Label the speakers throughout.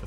Speaker 1: The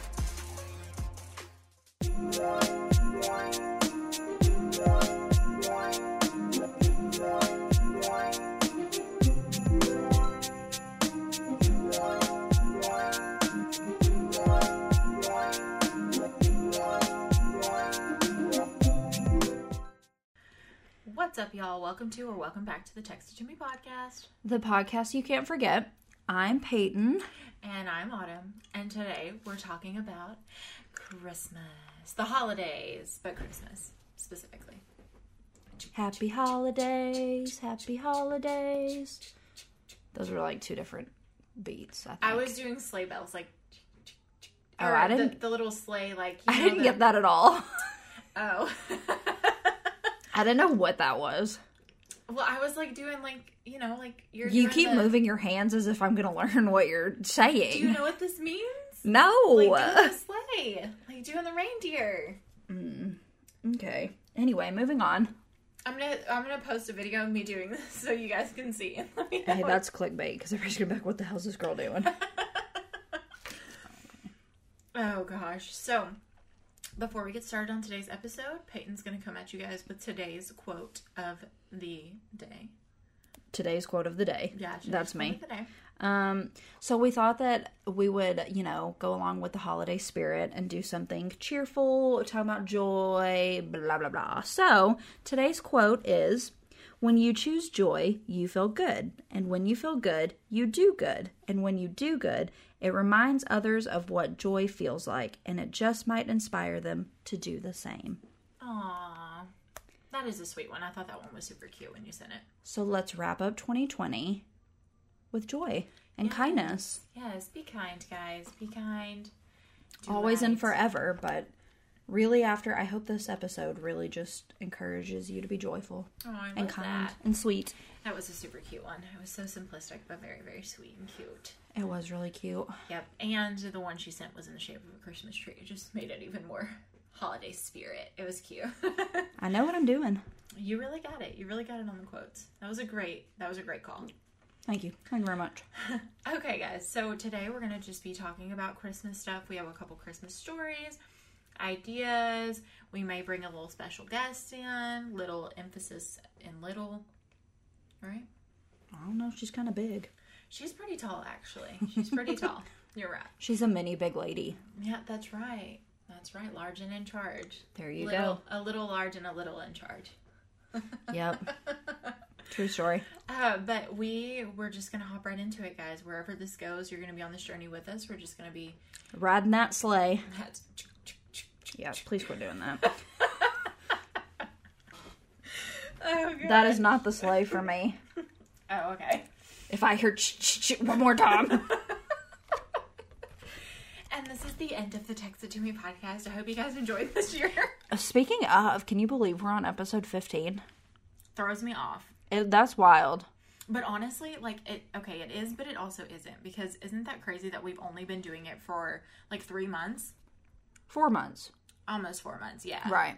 Speaker 2: What's up, y'all? Welcome to or welcome back to the Text to Jimmy podcast.
Speaker 3: the podcast you can't forget. I'm Peyton.
Speaker 2: And I'm Autumn, and today we're talking about Christmas, the holidays, but Christmas specifically.
Speaker 3: Happy holidays, happy holidays. Those were like two different beats. I, think.
Speaker 2: I was doing sleigh bells, like,
Speaker 3: Oh,
Speaker 2: or
Speaker 3: I
Speaker 2: the- the,
Speaker 3: didn't-
Speaker 2: little sleigh, like, you
Speaker 3: I
Speaker 2: know,
Speaker 3: didn't
Speaker 2: the-
Speaker 3: get that at all.
Speaker 2: Oh,
Speaker 3: I didn't know what that was.
Speaker 2: well, I was like doing like you know, like you're
Speaker 3: You
Speaker 2: doing
Speaker 3: keep
Speaker 2: the-
Speaker 3: moving your hands as if I'm gonna learn what you're saying.
Speaker 2: Do you know what this means?
Speaker 3: no.
Speaker 2: Like doing the sleigh, like doing the reindeer.
Speaker 3: okay. Anyway, moving on.
Speaker 2: I'm gonna I'm gonna post a video of me doing this so you guys can see. and Let me know
Speaker 3: Hey, that's clickbait because everybody's gonna be like, "What the hell's this girl doing?"
Speaker 2: Oh gosh. So, before we get started on today's episode, Peyton's going to come at you guys with today's quote of the day.
Speaker 3: Today's quote of the day.
Speaker 2: Yeah, she-
Speaker 3: that's
Speaker 2: she
Speaker 3: me.
Speaker 2: quoted the day.
Speaker 3: Um, so we thought that we would, you know, go along with the holiday spirit and do something cheerful, talk about joy, blah blah blah. So today's quote is when you choose joy, you feel good. And when you feel good, you do good. And when you do good, it reminds others of what joy feels like, and it just might inspire them to do the same.
Speaker 2: Aw, that is a sweet one. I thought that one was super cute when you sent it.
Speaker 3: So let's wrap up 2020 with joy and
Speaker 2: Yes.
Speaker 3: kindness.
Speaker 2: Yes, be kind, guys. Be kind. Do
Speaker 3: always and
Speaker 2: right.
Speaker 3: forever but really after i hope this episode really just encourages you to be joyful
Speaker 2: Aw, Oh, I
Speaker 3: and
Speaker 2: love
Speaker 3: kind
Speaker 2: That.
Speaker 3: and sweet
Speaker 2: that was a super cute one. It was so simplistic, but very, very sweet and cute.
Speaker 3: it was really cute
Speaker 2: Yep. And the one she sent was in the shape of a Christmas tree. It just made it even more holiday spirit. It was cute.
Speaker 3: i know what i'm doing
Speaker 2: You really got it. You really got it on the quotes. That was a great that was a great call.
Speaker 3: thank you thank you very much
Speaker 2: Okay guys, so today we're gonna just be talking about Christmas stuff. We have a couple Christmas stories, ideas. We may bring a little special guest in, little emphasis in little. Right?
Speaker 3: i don't know she's kind of big
Speaker 2: She's pretty tall actually. She's pretty tall. You're right.
Speaker 3: she's a mini big lady
Speaker 2: Yeah, that's right. That's right. Large and in charge.
Speaker 3: there you
Speaker 2: little, A little large and a little in charge.
Speaker 3: go yep true story
Speaker 2: Uh, but we we're just gonna hop right into it, guys. Wherever this goes, you're gonna be on this journey with us. We're just gonna be.
Speaker 3: riding that sleigh yeah please quit doing that
Speaker 2: Oh, God.
Speaker 3: that is not the sleigh for me
Speaker 2: Oh, okay.
Speaker 3: if i hear ch- ch- ch- one more time
Speaker 2: And this is the end of the Text It To Me podcast. I hope you guys enjoyed this year.
Speaker 3: speaking of can you believe we're on episode 15
Speaker 2: Throws me off.
Speaker 3: it, that's wild
Speaker 2: But honestly, like it okay, it is, but it also isn't because isn't that crazy that we've only been doing it for like three months,
Speaker 3: four months
Speaker 2: almost four months, yeah.
Speaker 3: Right.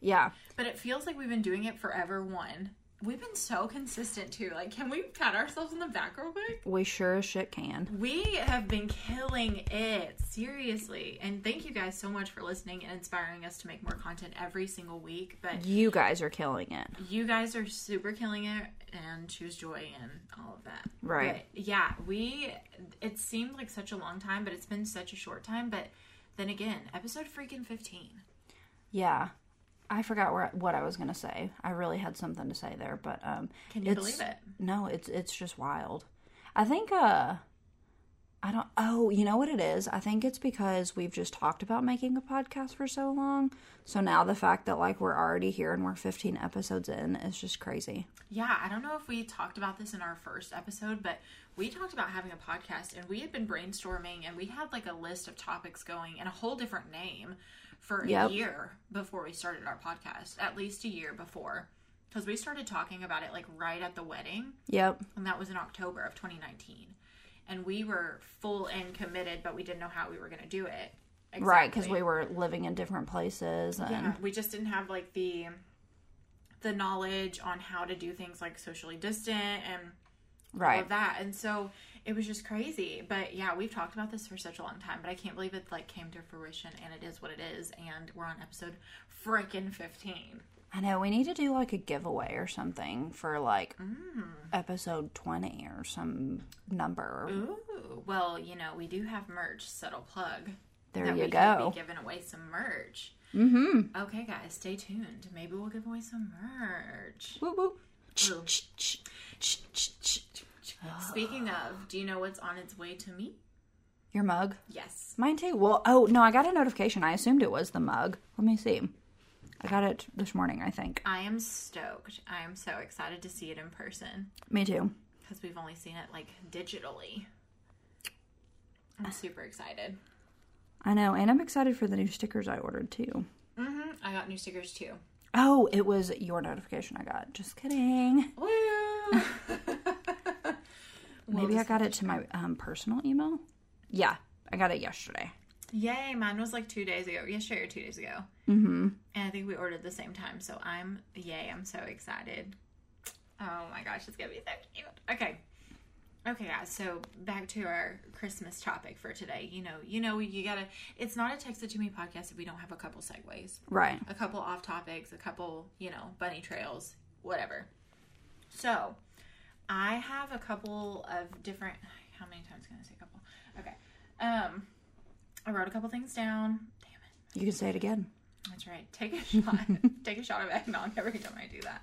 Speaker 3: Yeah.
Speaker 2: But it feels like we've been doing it forever. One, we've been so consistent too. Like, can we pat ourselves on the back real quick?
Speaker 3: We sure as shit can.
Speaker 2: We have been killing it, seriously. And thank you guys so much for listening and inspiring us to make more content every single week. But
Speaker 3: You guys are killing it.
Speaker 2: you guys are super killing it and choose joy and all of that.
Speaker 3: Right.
Speaker 2: But yeah, we it seemed like such a long time, but it's been such a short time, but then again, episode freaking 15.
Speaker 3: Yeah. I forgot where, what I was going to say. I really had something to say there, but um
Speaker 2: Can you
Speaker 3: it's-
Speaker 2: believe it?
Speaker 3: No, it's it's just wild. I think uh I don't oh, you know what it is? I think it's because we've just talked about making a podcast for so long. So now the fact that like we're already here and we're 15 episodes in is just crazy.
Speaker 2: Yeah, I don't know if we talked about this in our first episode, but we talked about having a podcast and we had been brainstorming and we had like a list of topics going and a whole different name for a
Speaker 3: Yep.
Speaker 2: year before we started our podcast, at least a year before. Because we started talking about it like right at the wedding,
Speaker 3: Yep.
Speaker 2: and that was in October of 2019. And we were full and committed, but we didn't know how we were going to do it.
Speaker 3: Right, 'cause Right, cuz
Speaker 2: exactly. Uh,
Speaker 3: we were living in different places and
Speaker 2: Yeah, we just didn't have like the the knowledge on how to do things like socially distant and all
Speaker 3: Right.
Speaker 2: of that. And so it was just crazy. But yeah, we've talked about this for such a long time, but I can't believe it like came to fruition and it is what it is. And we're on episode frickin' 15.
Speaker 3: I know we need to do like a giveaway or something for like
Speaker 2: Mm.
Speaker 3: episode 20 or some number.
Speaker 2: Ooh, well, you know, we do have merch, subtle plug.
Speaker 3: There
Speaker 2: that
Speaker 3: you
Speaker 2: we could
Speaker 3: go.
Speaker 2: Be giving away some merch.
Speaker 3: Mhm.
Speaker 2: Okay, guys, stay tuned. Maybe we'll give away some merch.
Speaker 3: Woo woo.
Speaker 2: Ooh. Speaking of, do you know what's on its way to me?
Speaker 3: Your mug.
Speaker 2: Yes.
Speaker 3: Mine too. Well, oh no, I got a notification. I assumed it was the mug. Let me see. I got it this morning, I think.
Speaker 2: I am stoked. I am so excited to see it in person
Speaker 3: Me too.
Speaker 2: because we've only seen it like digitally. I'm super excited.
Speaker 3: I know, and I'm excited for the new stickers I ordered too.
Speaker 2: hmm I got new stickers too.
Speaker 3: Oh, it was your notification I got. Just kidding.
Speaker 2: Woo! Well,
Speaker 3: Maybe I got it to my um, personal email. Yeah, I got it yesterday.
Speaker 2: Yay, mine was like two days ago. Yesterday or two days ago. Mm-hmm. And I think we ordered the same time. So I'm, yay, I'm so excited. Oh my gosh, it's going to be so cute. Okay. Okay, guys. So back to our Christmas topic for today. You know, you know, you gotta, it's not a text it to me podcast if we don't have a couple segues,
Speaker 3: Right.
Speaker 2: a couple off topics, a couple, you know, bunny trails, whatever. So I have a couple of different, how many times can I say couple? Okay. Um, I wrote a couple things down. Damn it.
Speaker 3: You can say it again.
Speaker 2: That's right. Take a shot. Take a shot of eggnog every time I do that.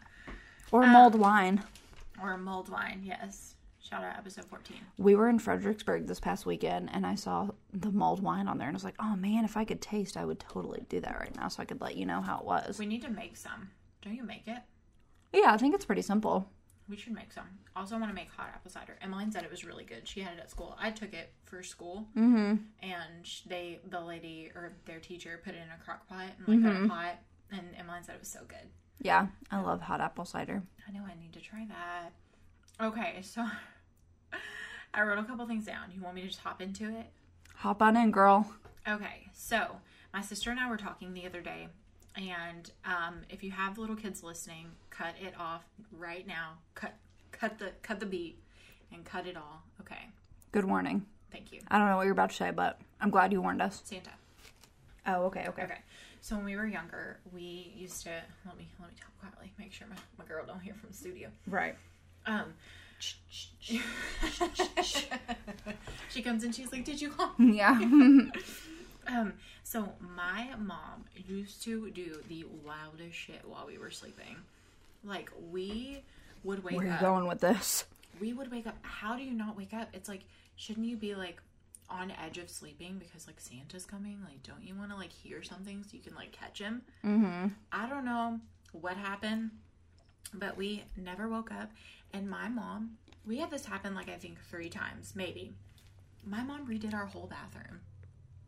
Speaker 3: Or mulled wine.
Speaker 2: Or mulled wine, yes. Shout out episode 14.
Speaker 3: We were in Fredericksburg this past weekend and I saw the mulled wine on there and I was like, oh man, if I could taste, I would totally do that right now so I could let you know how it was.
Speaker 2: We need to make some. Don't you make it?
Speaker 3: Yeah, I think it's pretty simple.
Speaker 2: We should make some. Also, want to make hot apple cider. Emmeline said it was really good. She had it at school. I took it for school, mm-hmm. and sh- they, the lady or their teacher, put it in a crock pot and like got it hot. And Emmeline said it was so good.
Speaker 3: Yeah, I love hot apple cider.
Speaker 2: I know I need to try that. Okay, so I wrote a couple things down. You want me to just hop into it?
Speaker 3: Hop on in, girl.
Speaker 2: Okay, so my sister and I were talking the other day, and um, if you have little kids listening, cut it off right now. Cut, cut the, cut the beat, and cut it all. Okay,
Speaker 3: Good warning.
Speaker 2: thank you,
Speaker 3: I don't know what you're about to say, but I'm glad you warned us.
Speaker 2: Santa.
Speaker 3: Oh, okay,
Speaker 2: Okay, so when we were younger, we used to let me let me talk quietly, make sure my, my girl don't hear from the studio.
Speaker 3: Right.
Speaker 2: Um, she comes and she's like, "Did you call?"
Speaker 3: Yeah.
Speaker 2: Um, so my mom used to do the wildest shit while we were sleeping. Like we would wake
Speaker 3: Where are you
Speaker 2: up.
Speaker 3: going with this?
Speaker 2: We would wake up. How do you not wake up? It's like, shouldn't you be like on edge of sleeping because like Santa's coming? Like, don't you want to like hear something so you can like catch him? Mm-hmm. I don't know what happened, but we never woke up. And my mom, we had this happen like I think three times, maybe. My mom redid our whole bathroom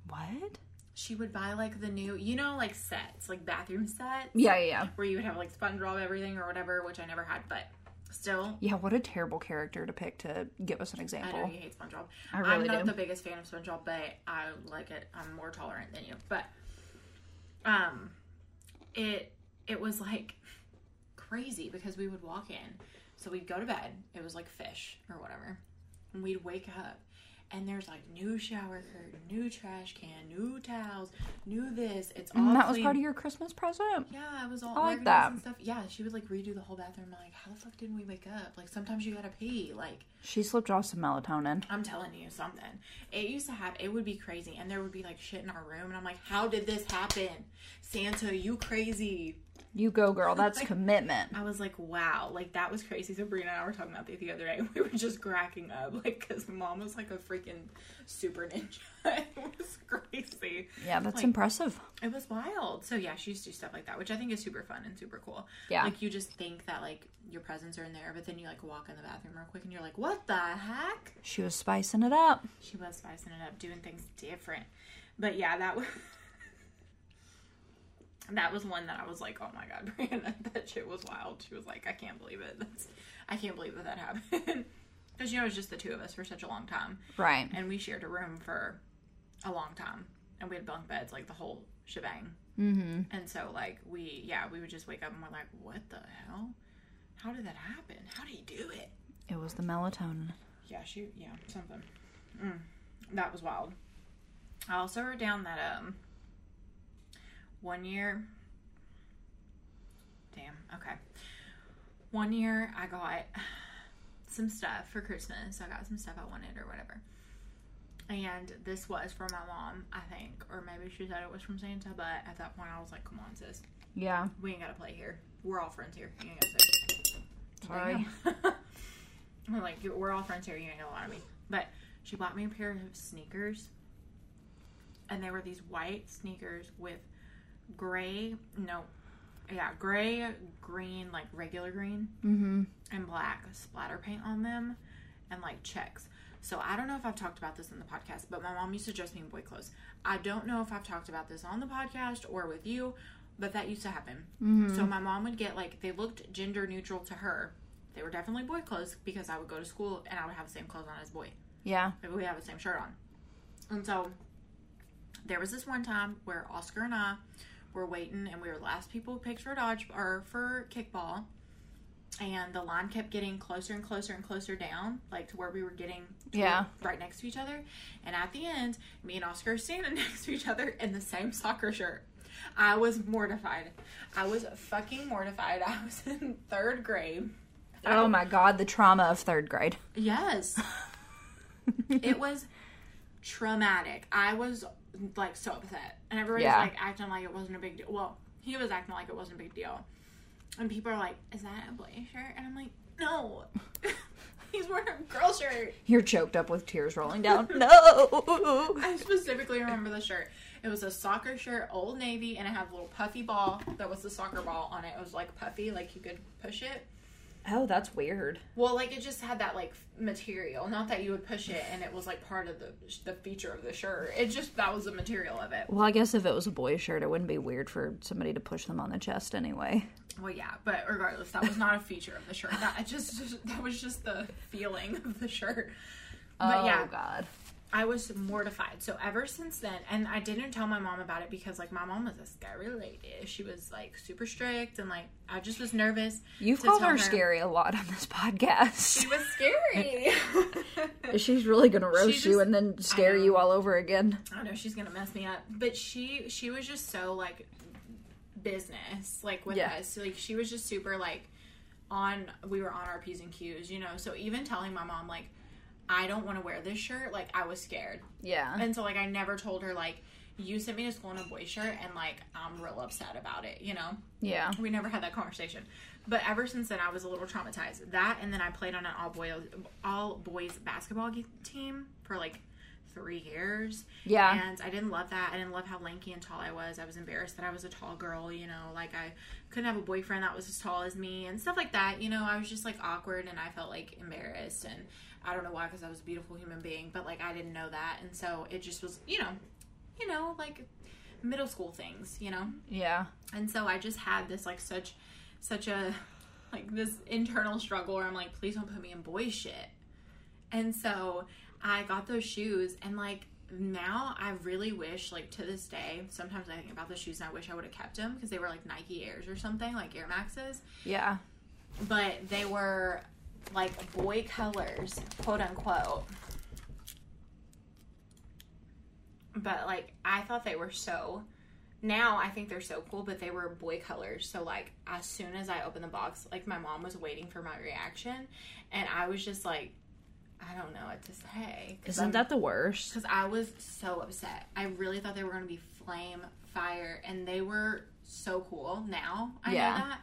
Speaker 3: What?
Speaker 2: she would buy like the new, you know, like sets, like bathroom sets,
Speaker 3: Yeah, yeah, yeah.
Speaker 2: where you would have like SpongeBob everything or whatever, which I never had, but still,
Speaker 3: Yeah, what a terrible character to pick to give us an
Speaker 2: I know
Speaker 3: example.
Speaker 2: you hate SpongeBob.
Speaker 3: I really
Speaker 2: am not
Speaker 3: do.
Speaker 2: the biggest fan of SpongeBob, but I like it. I'm more tolerant than you, but um, it it was like crazy because we would walk in, so we'd go to bed. It was like fish or whatever, and we'd wake up. And there's like new shower curtain, new trash can, new towels, new this. It's all
Speaker 3: And Mm, that was
Speaker 2: clean.
Speaker 3: part of your Christmas present?
Speaker 2: Yeah, it was all
Speaker 3: I like
Speaker 2: organized
Speaker 3: that.
Speaker 2: and stuff. Yeah, she would like redo the whole bathroom. Like, how the fuck didn't we wake up? Like, sometimes you gotta pee. Like,
Speaker 3: She slipped off some melatonin.
Speaker 2: I'm telling you something. It used to happen. It would be crazy, and there would be like shit in our room, and I'm like, how did this happen? Santa, you crazy?
Speaker 3: You go, girl. That's commitment.
Speaker 2: I was like, wow, like that was crazy. Sabrina and I were talking about that the other day. We were just cracking up, like, cause mom was like a freaking super ninja. it was crazy.
Speaker 3: Yeah, that's
Speaker 2: Like,
Speaker 3: impressive.
Speaker 2: It was wild. So yeah, she used to do stuff like that, which I think is super fun and super cool.
Speaker 3: Yeah.
Speaker 2: Like you just think that like your presents are in there, but then you like walk in the bathroom real quick and you're like, What the heck?
Speaker 3: She was spicing it up.
Speaker 2: She was spicing it up, doing things different. But yeah, that was that was one that I was like, Oh my god, Brianna, that shit was wild. She was like, I can't believe it. That's, I can't believe that that happened. Because you know, it was just the two of us for such a long time
Speaker 3: Right.
Speaker 2: and we shared a room for a long time and we had bunk beds like the whole shebang And so, like, we, yeah, we would just wake up and we're like, what the hell? How did that happen? How do you do it?
Speaker 3: It was the melatonin.
Speaker 2: Yeah, she, yeah, something. Mm, that was wild. I also wrote down that, um, one year, damn, okay. One year I got some stuff for Christmas. I got some stuff I wanted or whatever. And this was for my mom, I think, or maybe she said it was from Santa, but at that point I was like, come on, sis.
Speaker 3: Yeah.
Speaker 2: We ain't gotta play here. We're all friends here. You ain't gotta say.
Speaker 3: Sorry.
Speaker 2: I'm like, "You- we're all friends here. You ain't gonna lie to me. But she bought me a pair of sneakers, and they were these white sneakers with gray, no, yeah, gray, green, like regular green,
Speaker 3: Mm-hmm.
Speaker 2: and black splatter paint on them, and like checks. So I don't know if I've talked about this in the podcast, but my mom used to dress me in boy clothes. I don't know if I've talked about this on the podcast or with you, but that used to happen. So my mom would get like they looked gender neutral to her. They were definitely boy clothes because I would go to school and I would have the same clothes on as boy.
Speaker 3: Yeah.
Speaker 2: Maybe we have the same shirt on. And so there was this one time where Oscar and I were waiting and we were the last people picked for dodge or for kickball. And the line kept getting closer and closer and closer down, like to where we were getting to
Speaker 3: Yeah.
Speaker 2: right next to each other. And at the end, me and Oscar are standing next to each other in the same soccer shirt. I was mortified. I was fucking mortified. I was in third grade.
Speaker 3: Oh my god, the trauma of third grade.
Speaker 2: Yes. it was traumatic. I was like so upset. And everybody's
Speaker 3: Yeah.
Speaker 2: like acting like it wasn't a big deal. Well, he was acting like it wasn't a big deal. And people are like, Is that a boy shirt? And I'm like, No. He's wearing a girl shirt.
Speaker 3: You're choked up with tears rolling down. no.
Speaker 2: I specifically remember the shirt. It was a soccer shirt, old navy, and it had a little puffy ball that was the soccer ball on it. It was like puffy, like you could push it.
Speaker 3: Oh, that's weird.
Speaker 2: Well, like it just had that like f- material. Not that you would push it and it was like part of the the feature of the shirt. It just that was the material of it.
Speaker 3: Well, I guess if it was a boy shirt, it wouldn't be weird for somebody to push them on the chest anyway.
Speaker 2: Well, yeah, but regardless, that was not a feature of the shirt. That I just, just that was just the feeling of the shirt. But
Speaker 3: oh
Speaker 2: yeah,
Speaker 3: god.
Speaker 2: I was mortified. So ever since then, and I didn't tell my mom about it because like my mom was a scary lady. She was like super strict and like I just was nervous.
Speaker 3: You've
Speaker 2: to
Speaker 3: called
Speaker 2: tell
Speaker 3: her scary a lot on this podcast.
Speaker 2: She was scary.
Speaker 3: She's really gonna roast
Speaker 2: just-
Speaker 3: you and then scare
Speaker 2: know.
Speaker 3: you all over again.
Speaker 2: I know she's gonna mess me up, but she she was just so like business like with
Speaker 3: Yeah.
Speaker 2: us. Like she was just super like on. We were on our p's and q's, you know. So even telling my mom like I don't want to wear this shirt, like I was scared,
Speaker 3: Yeah.
Speaker 2: and so like I never told her like you sent me to school in a boy shirt, and like I'm real upset about it, you know.
Speaker 3: yeah.
Speaker 2: We never had that conversation, but ever since then I was a little traumatized. That and then I played on an all boys all boys basketball ge- team for like three years.
Speaker 3: Yeah.
Speaker 2: And I didn't love that. I didn't love how lanky and tall I was. I was embarrassed that I was a tall girl, you know, like I couldn't have a boyfriend that was as tall as me and stuff like that. You know, I was just like awkward and I felt like embarrassed and I don't know why because I was a beautiful human being, but like I didn't know that. And so it just was, you know, you know, like middle school things, you know.
Speaker 3: Yeah.
Speaker 2: And so I just had this like such such a like this internal struggle where I'm like, please don't put me in boy shit. And so I got those shoes and like now I really wish like to this day sometimes I think about the shoes and I wish I would have kept them because they were like Nike Airs or something like Air Maxes
Speaker 3: Yeah.
Speaker 2: but they were like boy colors, quote unquote. But like I thought they were so now I think they're so cool, but they were boy colors. So like as soon as I opened the box, like my mom was waiting for my reaction and I was just like I don't know what to say.
Speaker 3: Isn't that the worst?
Speaker 2: Because I was so upset. I really thought they were going to be flame, fire, and they were so cool. Now I
Speaker 3: Yeah.
Speaker 2: know that,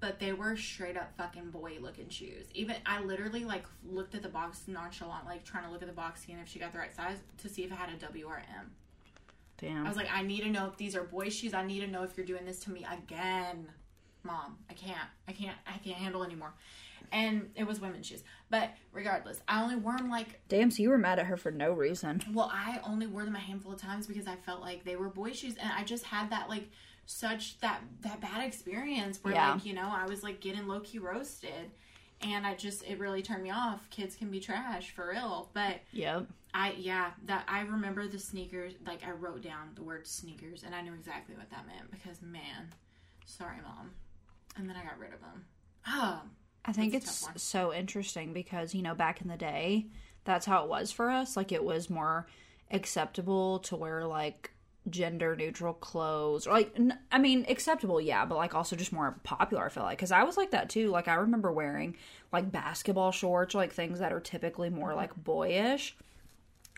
Speaker 2: but they were straight up fucking boy looking shoes. Even I literally like looked at the box nonchalant, like trying to look at the box, seeing if she got the right size to see if it had a W or a M. I
Speaker 3: Damn.
Speaker 2: was like, I need to know if these are boy shoes. I need to know if you're doing this to me again, mom. I can't. I can't. I can't handle anymore. And it was women's shoes, but regardless, I only wore them like
Speaker 3: Damn, so you were mad at her for no reason.
Speaker 2: well, I only wore them a handful of times because I felt like they were boy shoes, and I just had that like such that that bad experience where
Speaker 3: Yeah.
Speaker 2: like you know I was like getting low key roasted, and I just it really turned me off. Kids can be trash for real, but
Speaker 3: Yep.
Speaker 2: I yeah that I remember the sneakers. Like I wrote down the word sneakers, and I knew exactly what that meant because man, sorry mom, and then I got rid of them. Oh,
Speaker 3: I think
Speaker 2: That's a
Speaker 3: it's
Speaker 2: tough one.
Speaker 3: so interesting because, you know, back in the day, that's how it was for us. Like, it was more acceptable to wear, like, gender neutral clothes. Or, like, n- I mean, acceptable, yeah, but, like, also just more popular, I feel like. Because I was like that too. Like, I remember wearing, like, basketball shorts, or, like, things that are typically more,
Speaker 2: Uh-huh.
Speaker 3: like, boyish.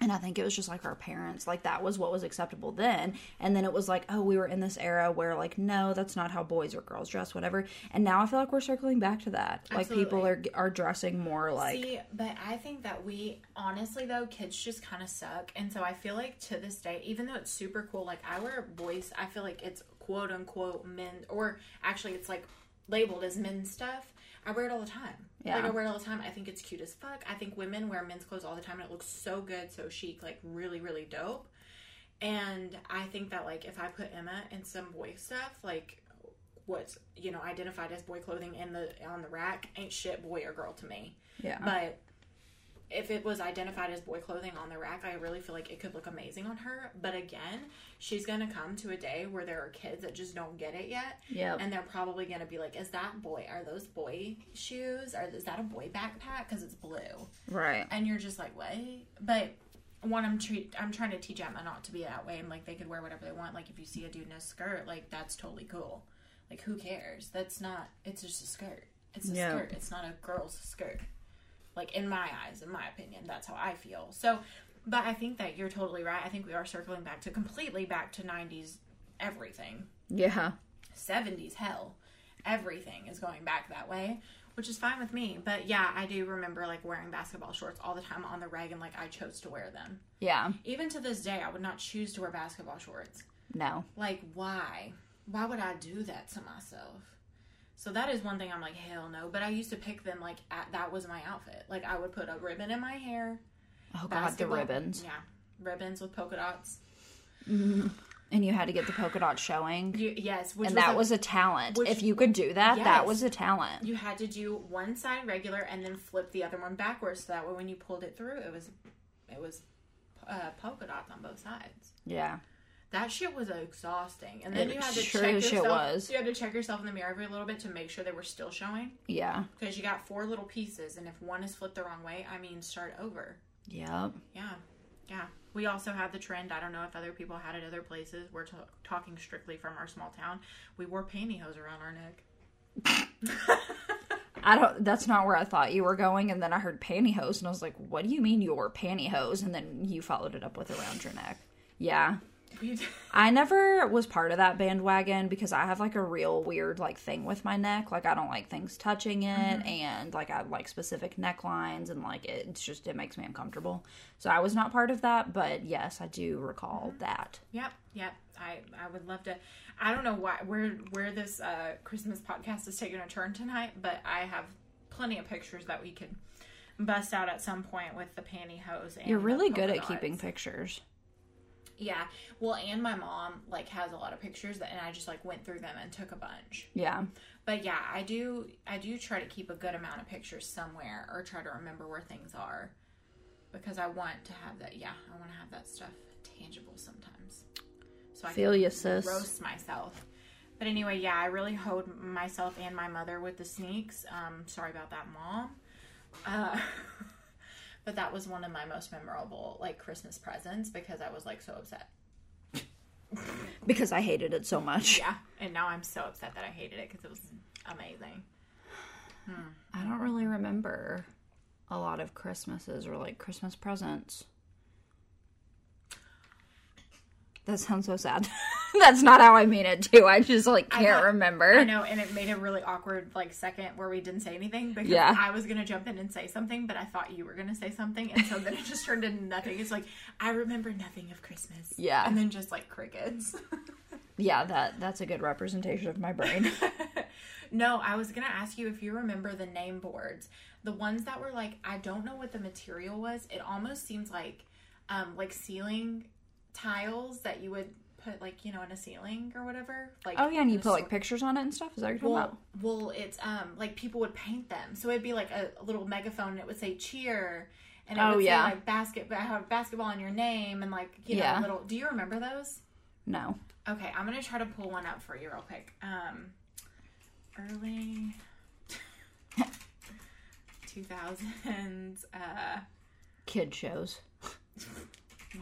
Speaker 3: And I think it was just like our parents, like that was what was acceptable then. And then it was like, oh, we were in this era where, like, no, that's not how boys or girls dress, whatever. And now I feel like we're circling back to that. Like people are are dressing more like,
Speaker 2: See, but I think that we honestly though kids just kind of suck, and so I feel like to this day, even though it's super cool, like I wear boys, I feel like it's quote unquote men, or actually it's like labeled as men's stuff. I wear it all the time. Like
Speaker 3: Yeah.
Speaker 2: I wear it all the time. I think it's cute as fuck. I think women wear men's clothes all the time, and it looks so good, so chic, like really, really dope. And I think that like if I put Emma in some boy stuff, like what's you know identified as boy clothing in the on the rack ain't shit boy or girl to me.
Speaker 3: yeah,
Speaker 2: But if it was identified as boy clothing on the rack, I really feel like it could look amazing on her. But again, she's going to come to a day where there are kids that just don't get it yet.
Speaker 3: Yep.
Speaker 2: And they're probably going to be like, is that boy? Are those boy shoes? Or is that a boy backpack? Because it's blue.
Speaker 3: right,
Speaker 2: And you're just like, what? But one, I'm treat I'm trying to teach Emma not to be that way. And like, they could wear whatever they want. Like, if you see a dude in a skirt, like, that's totally cool. Like, who cares? That's not, it's just a skirt. It's a
Speaker 3: Yeah.
Speaker 2: skirt. It's not a girl's skirt. Like, in my eyes, in my opinion, that's how I feel. So, but I think that you're totally right. I think we are circling back to completely back to 90s everything.
Speaker 3: yeah,
Speaker 2: 70s hell everything is going back that way which is fine with me but yeah i do remember like wearing basketball shorts all the time on the reg and like i chose to wear them
Speaker 3: yeah.
Speaker 2: even to this day i would not choose to wear basketball shorts
Speaker 3: No,
Speaker 2: like why why would i do that to myself so that is one thing i'm like hell no but i used to pick them like at, that was my outfit like i would put a ribbon in my hair
Speaker 3: oh god, the
Speaker 2: basketball-
Speaker 3: ribbons,
Speaker 2: yeah ribbons with polka dots
Speaker 3: and you had to get the polka dot showing,
Speaker 2: you, yes which
Speaker 3: and
Speaker 2: was
Speaker 3: that
Speaker 2: a-
Speaker 3: was a talent.
Speaker 2: which-
Speaker 3: If you could do that, that
Speaker 2: Yes.
Speaker 3: was a talent.
Speaker 2: You had to do one side regular and then flip the other one backwards, so that way when you pulled it through, it was it was uh, polka dots on both sides.
Speaker 3: Yeah,
Speaker 2: That shit was exhausting. And then
Speaker 3: It
Speaker 2: you had to
Speaker 3: sure
Speaker 2: check
Speaker 3: as shit
Speaker 2: yourself.
Speaker 3: was.
Speaker 2: You had to check yourself in the mirror every little bit to make sure they were still showing
Speaker 3: yeah,
Speaker 2: because you got four little pieces, and if one is flipped the wrong way, I mean, start over.
Speaker 3: yep.
Speaker 2: Yeah, yeah. We also had the trend. I don't know if other people had it other places. We're ta- talking strictly from our small town. We wore pantyhose around our neck.
Speaker 3: I don't. That's not where I thought you were going. And then I heard pantyhose, and I was like, "What do you mean your pantyhose?" And then you followed it up with around your neck. Yeah,
Speaker 2: We did.
Speaker 3: I never was part of that bandwagon because I have like a real weird like thing with my neck. Like I don't like things touching it, and like I like specific necklines, and like it's just it makes me uncomfortable. So I was not part of that, but yes, I do recall that.
Speaker 2: Yep, yep. I I would love to. I don't know why where where this uh, Christmas podcast is taking a turn tonight, but I have plenty of pictures that we could bust out at some point with the pantyhose. And
Speaker 3: You're
Speaker 2: the
Speaker 3: really good
Speaker 2: polka
Speaker 3: at
Speaker 2: dots.
Speaker 3: keeping pictures.
Speaker 2: Yeah. Well, and my mom like has a lot of pictures that, and I just like went through them and took a bunch.
Speaker 3: Yeah,
Speaker 2: But yeah, I do I do try to keep a good amount of pictures somewhere or try to remember where things are because I want to have that. Yeah, I want to have that stuff tangible sometimes. So I
Speaker 3: feel you, sis.
Speaker 2: roast myself. But anyway, yeah, I really hoed myself and my mother with the sneaks. Um, sorry about that, mom. Uh, but that was one of my most memorable like Christmas presents because I was like so upset.
Speaker 3: Because I hated it so much.
Speaker 2: Yeah, and now I'm so upset that I hated it because it was amazing.
Speaker 3: I don't really remember a lot of Christmases or like Christmas presents. That sounds so sad. That's not how I mean it too. I just like can't
Speaker 2: got- I
Speaker 3: remember.
Speaker 2: know, and it made a really awkward like second where we didn't say anything because
Speaker 3: Yeah.
Speaker 2: I was gonna jump in and say something, but I thought you were gonna say something, and so then it just turned into nothing. It's like I remember nothing of Christmas.
Speaker 3: Yeah.
Speaker 2: and then just like crickets.
Speaker 3: Yeah, that that's a good representation of my brain.
Speaker 2: No, I was gonna ask you if you remember the name boards, the ones that were like I don't know what the material was. It almost seems like, um, like ceiling tiles that you would put put like you know in a ceiling or whatever. Like
Speaker 3: Oh yeah, and you
Speaker 2: in a
Speaker 3: put like
Speaker 2: sor-
Speaker 3: pictures on it and stuff. Is that what you're talking
Speaker 2: Well,
Speaker 3: about?
Speaker 2: well, it's um like people would paint them, so it'd be like a, a little megaphone, and it would say cheer, and it
Speaker 3: Oh,
Speaker 2: would
Speaker 3: yeah.
Speaker 2: say like basket, I have basketball in your name, and like you
Speaker 3: Yeah.
Speaker 2: know little. Do you remember those?
Speaker 3: No.
Speaker 2: Okay, I'm gonna try to pull one up for you real quick. Um, early 2000s. Uh,
Speaker 3: Kid shows.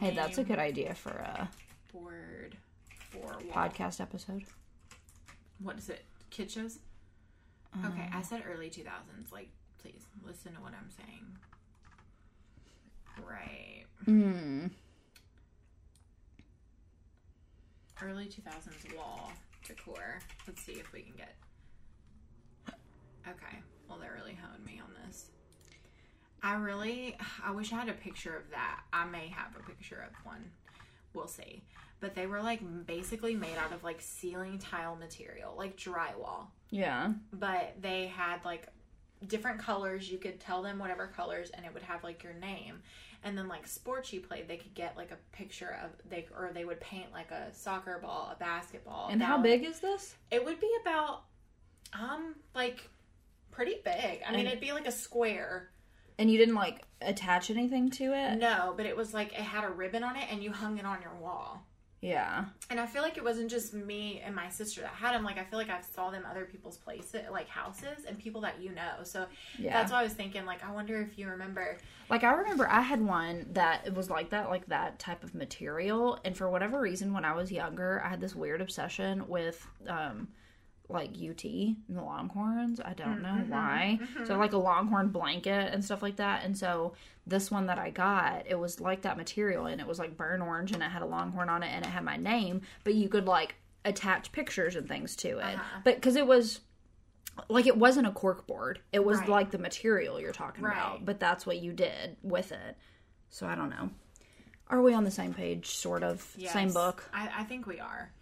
Speaker 3: Hey, that's a
Speaker 2: name
Speaker 3: good idea for a
Speaker 2: board for wall.
Speaker 3: podcast episode.
Speaker 2: What is it? Kid shows. Okay,
Speaker 3: Um,
Speaker 2: I said early 2000s. Like, please listen to what I'm saying. Right.
Speaker 3: Mm.
Speaker 2: Early 2000s wall decor. Let's see if we can get. Okay. Well, they really honed me on this. I really. I wish I had a picture of that. I may have a picture of one. We'll see. But they were like basically made out of like ceiling tile material, like drywall.
Speaker 3: Yeah.
Speaker 2: but they had like different colors you could tell them whatever colors and it would have like your name and then like sports you played they could get like a picture of they or they would paint like a soccer ball a basketball
Speaker 3: And how
Speaker 2: down-
Speaker 3: big is this?
Speaker 2: it would be about um like pretty big i mean it'd be like a square
Speaker 3: And you didn't like attach anything to it?
Speaker 2: no but it was like it had a ribbon on it and you hung it on your wall
Speaker 3: Yeah.
Speaker 2: and I feel like it wasn't just me and my sister that had them. Like I feel like I saw them other people's places, like houses, and people that you know. So
Speaker 3: Yeah.
Speaker 2: that's why I was thinking. Like I wonder if you remember.
Speaker 3: Like I remember I had one that it was like that, like that type of material. And for whatever reason, when I was younger, I had this weird obsession with um like UT and the Longhorns. I don't know
Speaker 2: Mm-hmm.
Speaker 3: why. So like a Longhorn blanket and stuff like that. And so this one that I got, it was like that material and it was like burnt orange and it had a Longhorn on it and it had my name, but you could like attach pictures and things to it.
Speaker 2: Uh-huh.
Speaker 3: But cuz it was like it wasn't a cork board. It was
Speaker 2: Right.
Speaker 3: like the material you're talking about,
Speaker 2: Right.
Speaker 3: but that's what you did with it. So I don't know. Are we on the same page sort of? Same
Speaker 2: Yes.
Speaker 3: book.
Speaker 2: I, I think we are.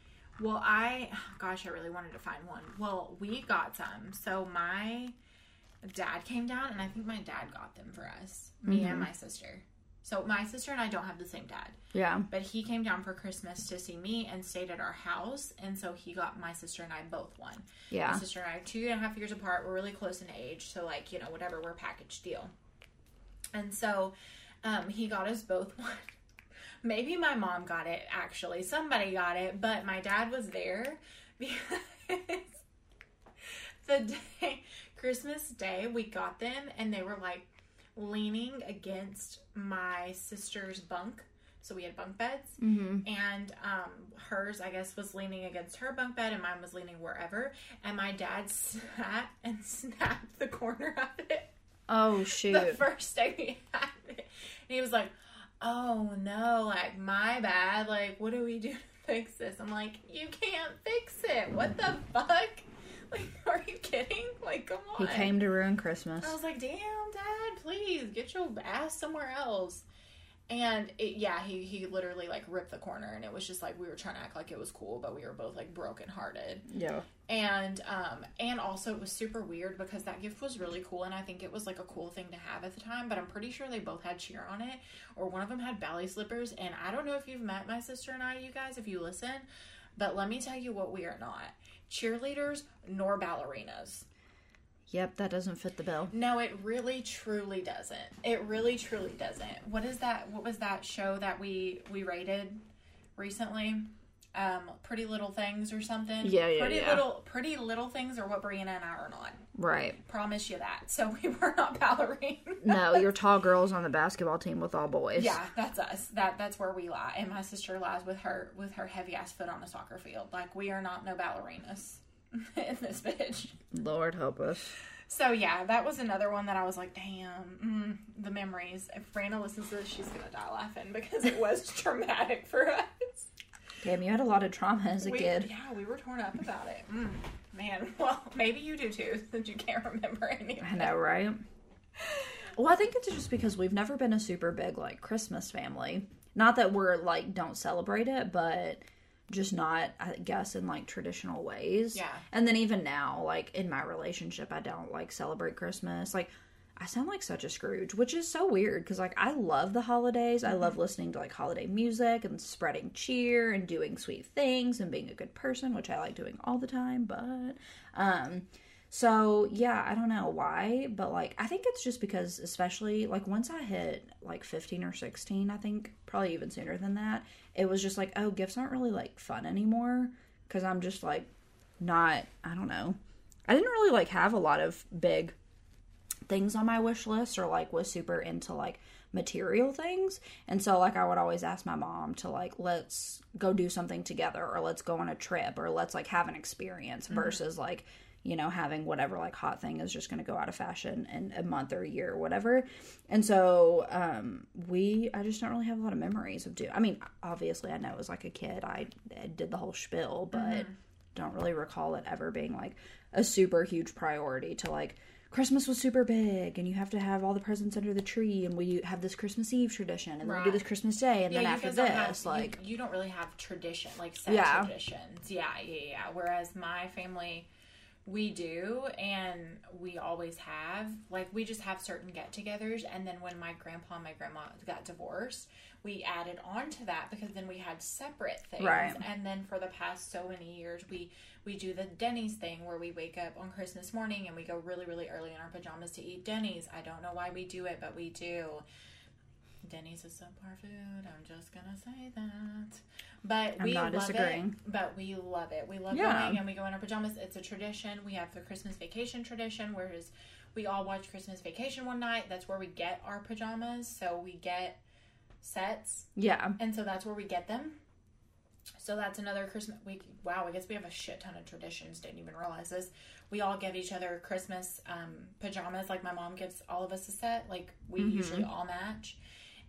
Speaker 2: Well, I gosh, I really wanted to find one. Well, we got some. So my dad came down, and I think my dad got them for us, me
Speaker 3: Mm-hmm.
Speaker 2: and my sister. So my sister and I don't have the same dad.
Speaker 3: Yeah.
Speaker 2: But he came down for Christmas to see me and stayed at our house. And so he got my sister and I both one.
Speaker 3: Yeah.
Speaker 2: My sister and I are two and a half years apart. We're really close in age. So, like, you know, whatever, we're a package deal. And so um, he got us both one. Maybe my mom got it, actually. Somebody got it, but my dad was there because the day, Christmas Day, we got them and they were like leaning against my sister's bunk. So we had bunk beds,
Speaker 3: Mm-hmm.
Speaker 2: and um, hers, I guess, was leaning against her bunk bed, and mine was leaning wherever. And my dad sat and snapped the corner of it
Speaker 3: Oh
Speaker 2: the
Speaker 3: shoot.
Speaker 2: first day we had it. And he was like, Oh no, like my bad. Like, what do we do to fix this? I'm like, You can't fix it. What the fuck? Like, are you kidding? Like, come
Speaker 3: He
Speaker 2: on.
Speaker 3: came to ruin Christmas.
Speaker 2: I was like, Damn, dad, please get your ass somewhere else. And it, yeah, he, he literally like ripped the corner, and it was just like we were trying to act like it was cool, but we were both like broken hearted
Speaker 3: Yeah.
Speaker 2: and um and also it was super weird because that gift was really cool and i think it was like a cool thing to have at the time but i'm pretty sure they both had cheer on it or one of them had ballet slippers and i don't know if you've met my sister and i you guys if you listen but let me tell you what we are not cheerleaders nor ballerinas
Speaker 3: Yep, that doesn't fit the bill.
Speaker 2: no it really truly doesn't it really truly doesn't what is that what was that show that we we rated recently um pretty little things or something
Speaker 3: Yeah, yeah,
Speaker 2: pretty
Speaker 3: yeah.
Speaker 2: little pretty little things are what brianna and i are not
Speaker 3: Right.
Speaker 2: promise you that so we were not ballerines
Speaker 3: No, you're tall girls on the basketball team with all boys.
Speaker 2: yeah that's us that that's where we lie and my sister lies with her with her heavy ass foot on the soccer field like we are not no ballerinas in this bitch
Speaker 3: Lord help us.
Speaker 2: So yeah, that was another one that I was like, damn, mm, the memories. If Brandon listens to this, she's gonna die laughing because it was traumatic for us.
Speaker 3: Damn, you had a lot of trauma as a
Speaker 2: We,
Speaker 3: kid.
Speaker 2: yeah, we were torn up about it. Mm, man, well, maybe you do too, since you can't remember any.
Speaker 3: I know, right? Well, I think it's just because we've never been a super big like Christmas family. Not that we're like don't celebrate it, but just not I guess in like traditional ways.
Speaker 2: Yeah.
Speaker 3: And then even now, like in my relationship, I don't like celebrate Christmas. Like I sound like such a Scrooge, which is so weird because like I love the holidays. I love listening to like holiday music and spreading cheer and doing sweet things and being a good person, which I like doing all the time, but um so yeah, I don't know why, but like I think it's just because especially like once I hit like 15 or 16, I think probably even sooner than that, it was just like, oh, gifts aren't really like fun anymore cuz I'm just like not, I don't know. I didn't really like have a lot of big things on my wish list or like was super into like material things and so like i would always ask my mom to like let's go do something together or let's go on a trip or let's like have an experience versus like you know having whatever like hot thing is just going to go out of fashion in a month or a year or whatever and so um we i just don't really have a lot of memories of do i mean obviously i know as like a kid i, I did the whole spiel but don't really recall it ever being like a super huge priority to like Christmas was super big and you have to have all the presents under the tree and we have this Christmas Eve tradition and then we do
Speaker 2: Right.
Speaker 3: this Christmas Day and
Speaker 2: Yeah,
Speaker 3: then
Speaker 2: you
Speaker 3: after
Speaker 2: guys don't have-
Speaker 3: this
Speaker 2: you-
Speaker 3: like
Speaker 2: you, don't really have tradition like set
Speaker 3: Yeah.
Speaker 2: traditions. Yeah, yeah, yeah. Whereas my family, we do, and we always have. Like we just have certain get-togethers, and then when my grandpa and my grandma got divorced, we added on to that because then we had separate things.
Speaker 3: Right.
Speaker 2: And then for the past so many years, we we do the Denny's thing where we wake up on Christmas morning and we go really really early in our pajamas to eat Denny's. I don't know why we do it, but we do. Denny's is subpar food. I'm just gonna say that. But
Speaker 3: I'm
Speaker 2: we
Speaker 3: not
Speaker 2: love
Speaker 3: disagreeing.
Speaker 2: it. But we love it. We love
Speaker 3: Yeah.
Speaker 2: going and we go in our pajamas. It's a tradition. We have the Christmas vacation tradition, whereas we all watch Christmas Vacation one night. That's where we get our pajamas. So we get sets,
Speaker 3: yeah
Speaker 2: and so that's where we get them. So that's another Christmas. We wow, I guess we have a shit ton of traditions. Didn't even realize this. We all give each other Christmas um, pajamas. Like my mom gives all of us a set. Like we usually all match,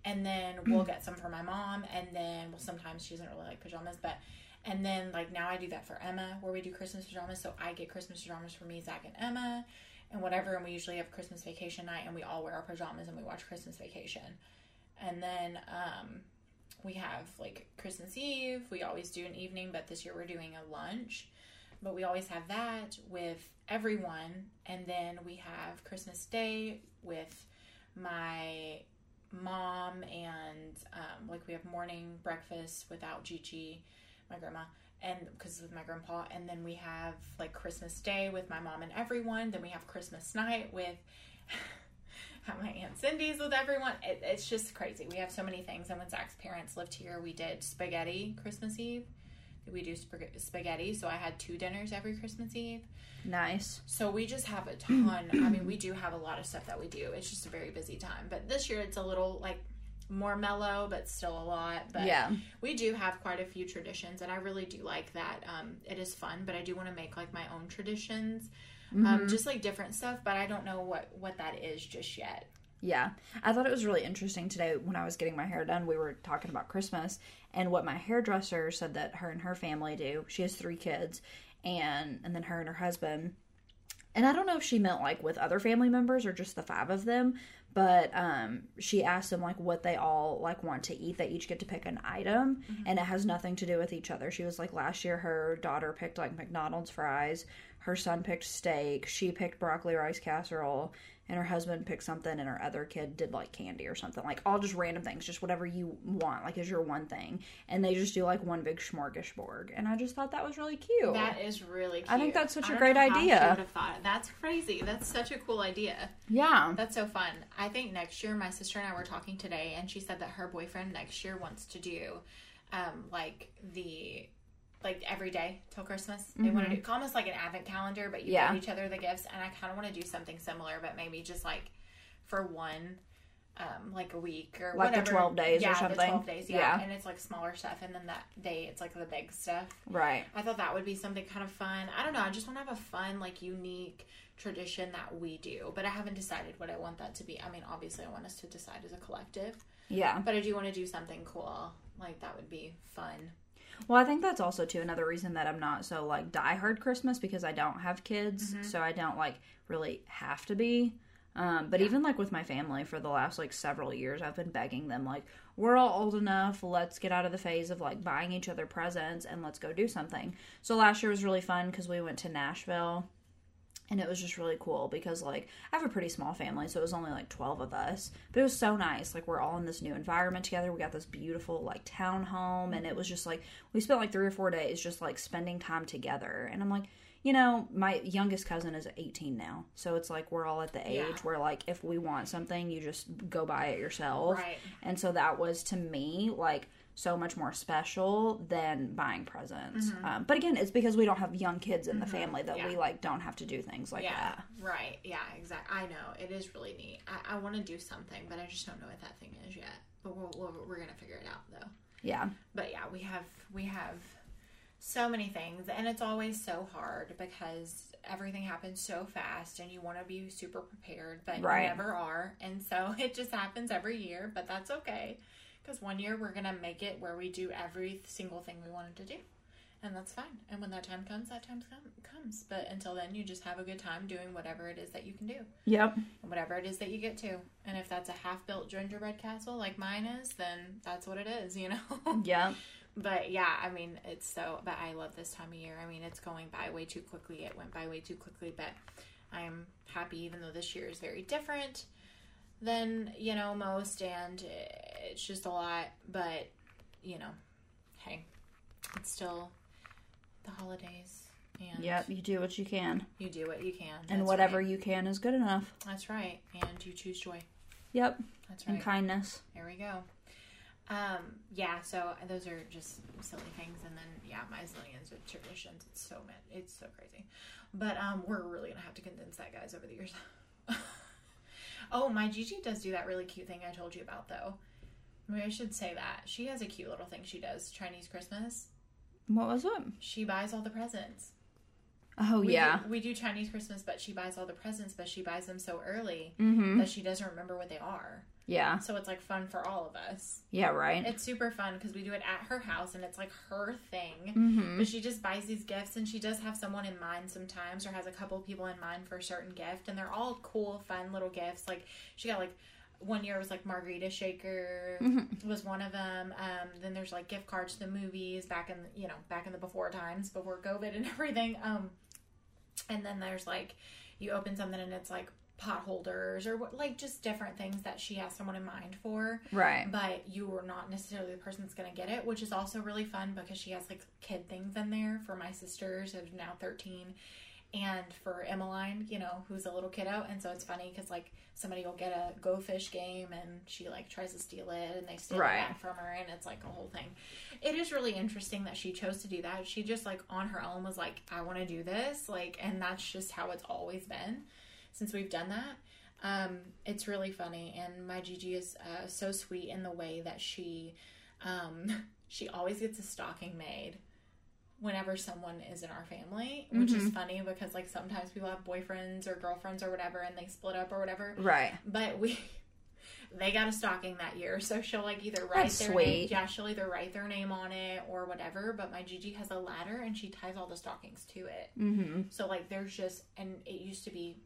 Speaker 2: and then we'll get some for my mom. And then well, sometimes she doesn't really like pajamas, but and then like now I do that for Emma, where we do Christmas pajamas. So I get Christmas pajamas for me, Zach, and Emma, and whatever. And we usually have Christmas vacation night, and we all wear our pajamas and we watch Christmas vacation. And then um, we have like Christmas Eve. We always do an evening, but this year we're doing a lunch. But we always have that with everyone. And then we have Christmas Day with my mom and um, like we have morning breakfast without Gigi, my grandma, and because with my grandpa. And then we have like Christmas Day with my mom and everyone. Then we have Christmas night with at my aunt Cindy's with everyone. It, it's just crazy. We have so many things. And when Zach's parents lived here, we did spaghetti Christmas Eve. We do spag- spaghetti, so I had two dinners every Christmas Eve.
Speaker 3: nice
Speaker 2: So we just have a ton. I mean, we do have a lot of stuff that we do. It's just a very busy time. But this year, it's a little like more mellow, but still a lot. But
Speaker 3: yeah
Speaker 2: we do have quite a few traditions and i really do like that um, it is fun but i do want to make like my own traditions um, just like different stuff but i don't know what what that is just yet
Speaker 3: Yeah. I thought it was really interesting today when I was getting my hair done. We were talking about Christmas and what my hairdresser said that her and her family do. She has three kids and and then her and her husband. And I don't know if she meant like with other family members or just the five of them, but um she asked them like what they all like want to eat. They each get to pick an item and it has nothing to do with each other. She was like last year her daughter picked like McDonald's fries, her son picked steak, she picked broccoli rice casserole, and her husband picked something and her other kid did like candy or something like all just random things just whatever you want like is your one thing and they just do like one big smorgasbord and i just thought that was really cute
Speaker 2: that is really cute.
Speaker 3: I think that's such a
Speaker 2: don't
Speaker 3: great
Speaker 2: know how she
Speaker 3: idea.
Speaker 2: would have thought. that's crazy that's such a cool idea
Speaker 3: yeah
Speaker 2: that's so fun i think next year my sister and i were talking today and she said that her boyfriend next year wants to do um, like the like every day till Christmas. They want to do almost like an advent calendar, but you
Speaker 3: Mm-hmm. Yeah.
Speaker 2: give each other the gifts. And I kind of want to do something similar, but maybe just like for one, um, like a week or
Speaker 3: Like the
Speaker 2: whatever.
Speaker 3: 12 days or
Speaker 2: yeah, The
Speaker 3: something.
Speaker 2: Twelve days, yeah.
Speaker 3: Yeah.
Speaker 2: And it's like smaller stuff, and then that day it's like the big stuff.
Speaker 3: right
Speaker 2: I thought that would be something kind of fun. I don't know. I just want to have a fun, like unique tradition that we do, but I haven't decided what I want that to be. I mean, obviously, I want us to decide as a collective,
Speaker 3: yeah
Speaker 2: but I do want to do something cool. Like that would be fun.
Speaker 3: well i think that's also too another reason that i'm not so like diehard christmas because i don't have kids so i don't like really have to be um, but even like with my family for the last like several years i've been begging them like we're all old enough let's get out of the phase of like buying each other presents and let's go do something so last year was really fun because we went to nashville and it was just really cool because like i have a pretty small family so it was only like 12 of us but it was so nice like we're all in this new environment together we got this beautiful like town home and it was just like we spent like three or four days just like spending time together and i'm like you know my youngest cousin is 18 now so it's like we're all at the age
Speaker 2: Yeah.
Speaker 3: where like if we want something you just go buy it yourself
Speaker 2: Right.
Speaker 3: and so that was to me like so much more special than buying presents um, but again it's because we don't have young kids in the family that we
Speaker 2: Mm-hmm. Yeah.
Speaker 3: like don't have to do things like
Speaker 2: yeah,
Speaker 3: that
Speaker 2: right. Yeah, exactly. I know it is really neat. I, I want to do something, but I just don't know what that thing is yet. But we'll, we'll, we're gonna figure it out though.
Speaker 3: yeah
Speaker 2: but yeah we have we have so many things and it's always so hard because everything happens so fast and you want to be super prepared but
Speaker 3: Right.
Speaker 2: you never are and so it just happens every year but that's okay because one year we're gonna make it where we do every single thing we wanted to do and that's fine and when that time comes that time come, comes but until then you just have a good time doing whatever it is that you can do
Speaker 3: yep
Speaker 2: and whatever it is that you get to and if that's a half-built gingerbread castle like mine is then that's what it is you know
Speaker 3: yep
Speaker 2: But yeah, I mean, it's so. But I love this time of year. I mean, it's going by way too quickly. It went by way too quickly. But I'm happy, even though this year is very different than you know most, and it's just a lot. But you know, hey, it's still the holidays, and
Speaker 3: yep you do what you can
Speaker 2: you do what you can,
Speaker 3: and
Speaker 2: That's
Speaker 3: whatever
Speaker 2: right.
Speaker 3: you can is good enough
Speaker 2: That's right, and you choose joy.
Speaker 3: yep
Speaker 2: That's right.
Speaker 3: and kindness
Speaker 2: There we go. Um, yeah, so those are just silly things, and then yeah, Myzillions with traditions. It's so mad, it's so crazy, but um, we're really gonna have to condense that, guys, over the years. oh, my Gigi does do that really cute thing I told you about, though. Maybe I should say that she has a cute little thing she does Chinese Christmas.
Speaker 3: what was it
Speaker 2: She buys all the presents.
Speaker 3: oh
Speaker 2: We
Speaker 3: yeah
Speaker 2: do, we do Chinese Christmas, but she buys all the presents, but she buys them so early
Speaker 3: mm-hmm
Speaker 2: that she doesn't remember what they are.
Speaker 3: yeah
Speaker 2: So it's like fun for all of us.
Speaker 3: yeah right
Speaker 2: It's super fun because we do it at her house and it's like her thing.
Speaker 3: mm-hmm
Speaker 2: But she just buys these gifts and she does have someone in mind sometimes or has a couple people in mind for a certain gift. And they're all cool, fun little gifts. Like she got like one year was like margarita shaker
Speaker 3: Mm-hmm.
Speaker 2: was one of them. Um, then there's like gift cards to the movies back in you know back in the before times before COVID and everything. Um, and then there's like you open something and it's like pot holders or what- like just different things that she has someone in mind for
Speaker 3: right
Speaker 2: but you were not necessarily the person that's going to get it, which is also really fun because she has like kid things in there for my sisters who's now 13 and for Emmeline, you know, who's a little kiddo. And so it's funny because like somebody will get a go fish game and she like tries to steal it and they steal
Speaker 3: Right.
Speaker 2: it back from her and it's like a whole thing. It is really interesting that she chose to do that. She just like on her own was like, I want to do this. Like, and that's just how it's always been since we've done that. Um, it's really funny, and my Gigi is uh, so sweet in the way that she um, she always gets a stocking made whenever someone is in our family, which is funny because like sometimes people have boyfriends or girlfriends or whatever, and they split up or whatever.
Speaker 3: right
Speaker 2: But we they got a stocking that year, so she'll like either write
Speaker 3: That's
Speaker 2: their name,
Speaker 3: sweet.
Speaker 2: yeah, she'll either write their name on it or whatever. But my Gigi has a ladder, and she ties all the stockings to it.
Speaker 3: mm-hmm
Speaker 2: So like there's just and it used to be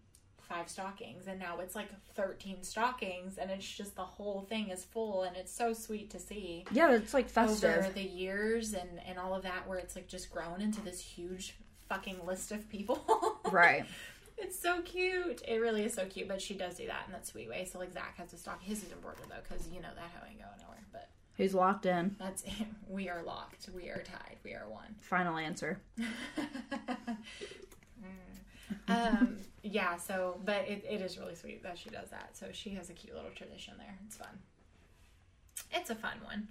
Speaker 2: five stockings and now it's like 13 stockings and it's just the whole thing is full and it's so sweet to see
Speaker 3: yeah it's like festive
Speaker 2: over the years and and all of that where it's like just grown into this huge fucking list of people.
Speaker 3: right
Speaker 2: It's so cute. It really is so cute, but she does do that in that sweet way. So like Zach has a stock. His is important though, because you know that hoe ain't going nowhere. But
Speaker 3: who's locked in
Speaker 2: that's it. We are locked. We are tied. We are one.
Speaker 3: final answer
Speaker 2: um, yeah, so, but it, it is really sweet that she does that. So she has a cute little tradition there. It's fun. It's a fun one.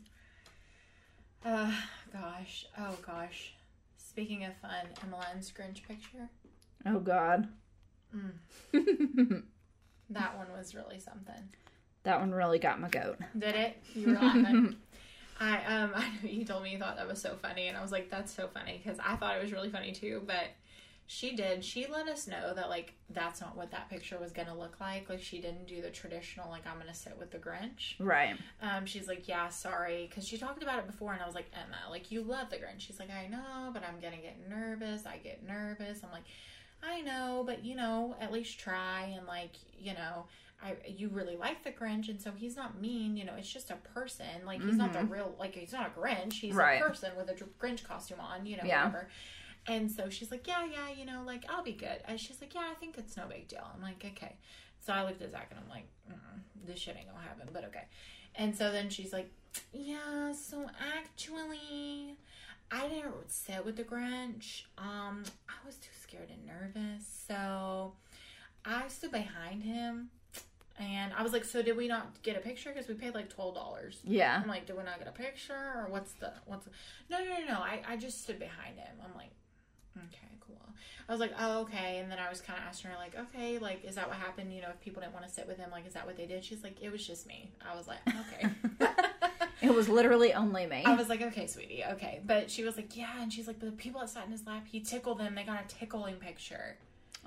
Speaker 2: Uh, gosh. Oh, gosh. Speaking of fun, Emmeline's Grinch picture.
Speaker 3: oh god
Speaker 2: That one was really something.
Speaker 3: that one really got my goat
Speaker 2: Did it? You were laughing. I um I know you told me you thought that was so funny and I was like that's so funny because I thought it was really funny too but she did she let us know that like that's not what that picture was gonna look like like she didn't do the traditional like I'm gonna sit with the Grinch
Speaker 3: right
Speaker 2: um she's like yeah sorry because she talked about it before and I was like Emma like you love the Grinch she's like I know but I'm gonna get nervous I get nervous I'm like I know but you know at least try and like you know I you really like the Grinch, and so he's not mean. You know, it's just a person. Like he's not the real. Like he's not a Grinch. He's
Speaker 3: Right.
Speaker 2: a person with a dr- Grinch costume on. You know,
Speaker 3: Yeah.
Speaker 2: whatever. And so she's like, yeah, yeah, you know, like I'll be good. And she's like, yeah, I think it's no big deal. I'm like, okay. So I looked at Zach and I'm like, mm, this shit ain't gonna happen, but okay. And so then she's like, yeah, so actually, I didn't sit with the Grinch. Um, I was too scared and nervous, so I stood behind him. And I was like, so did we not get a picture? Because we paid like twelve dollars.
Speaker 3: Yeah.
Speaker 2: I'm like, did we not get a picture, or what's the what's? The... No, no, no, no. I I just stood behind him. I'm like, okay, cool. I was like, oh, okay. And then I was kind of asking her like, okay, like, is that what happened? You know, if people didn't want to sit with him, like, is that what they did? She's like, it was just me. I was like, okay.
Speaker 3: It was literally only me.
Speaker 2: I was like, okay, sweetie, okay. But she was like, yeah. And she's like, but the people that sat in his lap, he tickled them. They got a tickling picture.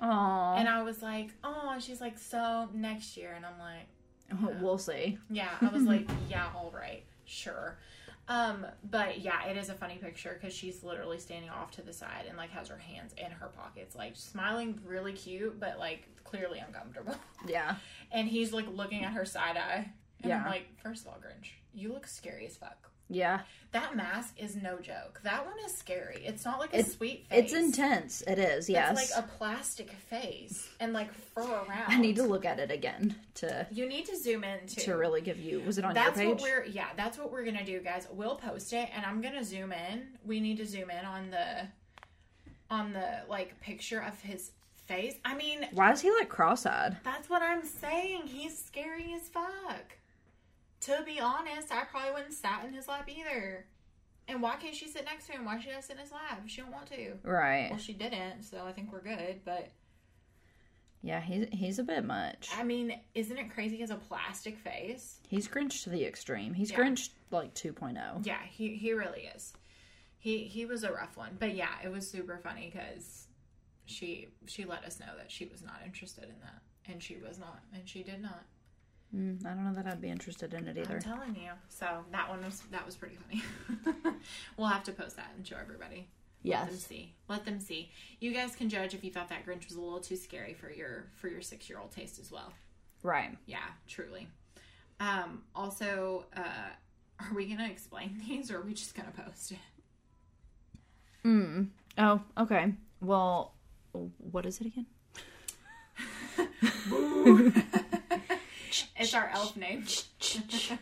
Speaker 3: Aww.
Speaker 2: And I was like, oh. And she's like, so next year. And I'm like,
Speaker 3: We'll see.
Speaker 2: yeah. I was like, yeah, all right, sure. Um, but yeah, it is a funny picture because she's literally standing off to the side and like has her hands in her pockets, like smiling really cute, but like clearly uncomfortable.
Speaker 3: Yeah.
Speaker 2: And he's like looking at her side eye. And
Speaker 3: Yeah.
Speaker 2: I'm like, first of all, Grinch, you look scary as fuck.
Speaker 3: Yeah.
Speaker 2: That mask is no joke. That one is scary. It's not like a sweet face.
Speaker 3: It's intense. It is, yes.
Speaker 2: It's like a plastic face and like fur around.
Speaker 3: I need to look at it again to
Speaker 2: You need to zoom in too.
Speaker 3: to really give you. Was it on
Speaker 2: that's
Speaker 3: your page?
Speaker 2: what we're yeah. That's what we're gonna do, guys. We'll post it, and I'm gonna zoom in. We need to zoom in on the, on the like picture of his face. I mean,
Speaker 3: Why is he like cross-eyed?
Speaker 2: that's what I'm saying. He's scary as fuck. To be honest, I probably wouldn't sat in his lap either. And why can't she sit next to him? Why should I sit in his lap? She don't want to.
Speaker 3: Right.
Speaker 2: Well, she didn't, so I think we're good. But
Speaker 3: Yeah, he's he's a bit much.
Speaker 2: I mean, isn't it crazy? He has a plastic face.
Speaker 3: He's Grinch to the extreme. He's
Speaker 2: Yeah.
Speaker 3: Grinch like oh. 2.0.
Speaker 2: Yeah, he he really is. He he was a rough one, but yeah, it was super funny because she she let us know that she was not interested in that, and she was not, and she did not.
Speaker 3: Mm, I don't know that I'd be interested in it either.
Speaker 2: I'm telling you. So that one was that was pretty funny. we'll have to post that and show everybody. Let them
Speaker 3: yes.
Speaker 2: see. Let them see. You guys can judge if you thought that Grinch was a little too scary for your for your six year old taste as well.
Speaker 3: Right.
Speaker 2: Yeah, truly. Um, also, uh, are we gonna explain these or are we just gonna post it?
Speaker 3: Mm. Oh, okay. Well, what is it again?
Speaker 2: It's our elf name.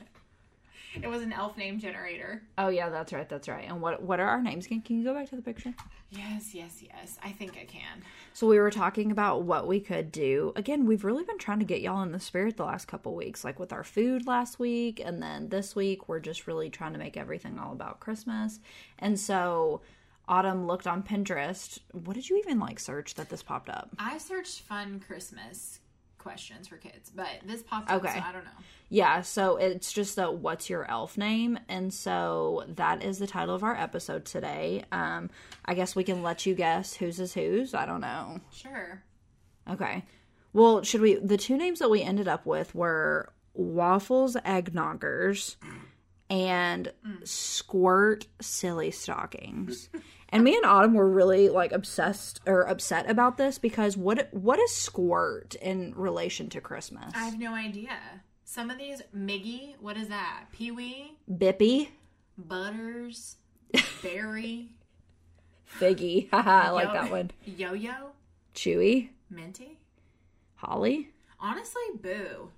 Speaker 2: it was an elf name generator.
Speaker 3: Oh yeah, that's right. That's right. And what what are our names again? Can you go back to the picture?
Speaker 2: Yes, yes, yes. I think I can.
Speaker 3: So we were talking about what we could do. Again, we've really been trying to get y'all in the spirit the last couple weeks, like with our food last week, and then this week we're just really trying to make everything all about Christmas. And so Autumn looked on Pinterest. What did you even like search that this popped up?
Speaker 2: I searched fun Christmas questions for kids, but this popped up,
Speaker 3: Okay.
Speaker 2: so I don't know.
Speaker 3: Yeah, so it's just the what's your elf name? And so that is the title of our episode today. Um I guess we can let you guess whose is whose. I don't know.
Speaker 2: Sure.
Speaker 3: Okay. Well, should we? The two names that we ended up with were Waffles Eggnoggers and Squirt Silly Stockings. and me and Autumn were really like obsessed or upset about this because what what is Squirt in relation to Christmas?
Speaker 2: I have no idea. Some of these Miggy, what is that? Pee wee,
Speaker 3: Bippy,
Speaker 2: Butters, Berry,
Speaker 3: Figgy, haha, I like
Speaker 2: Yo-
Speaker 3: that one.
Speaker 2: Yo Yo,
Speaker 3: Chewy,
Speaker 2: Minty.
Speaker 3: Holly.
Speaker 2: Honestly, boo.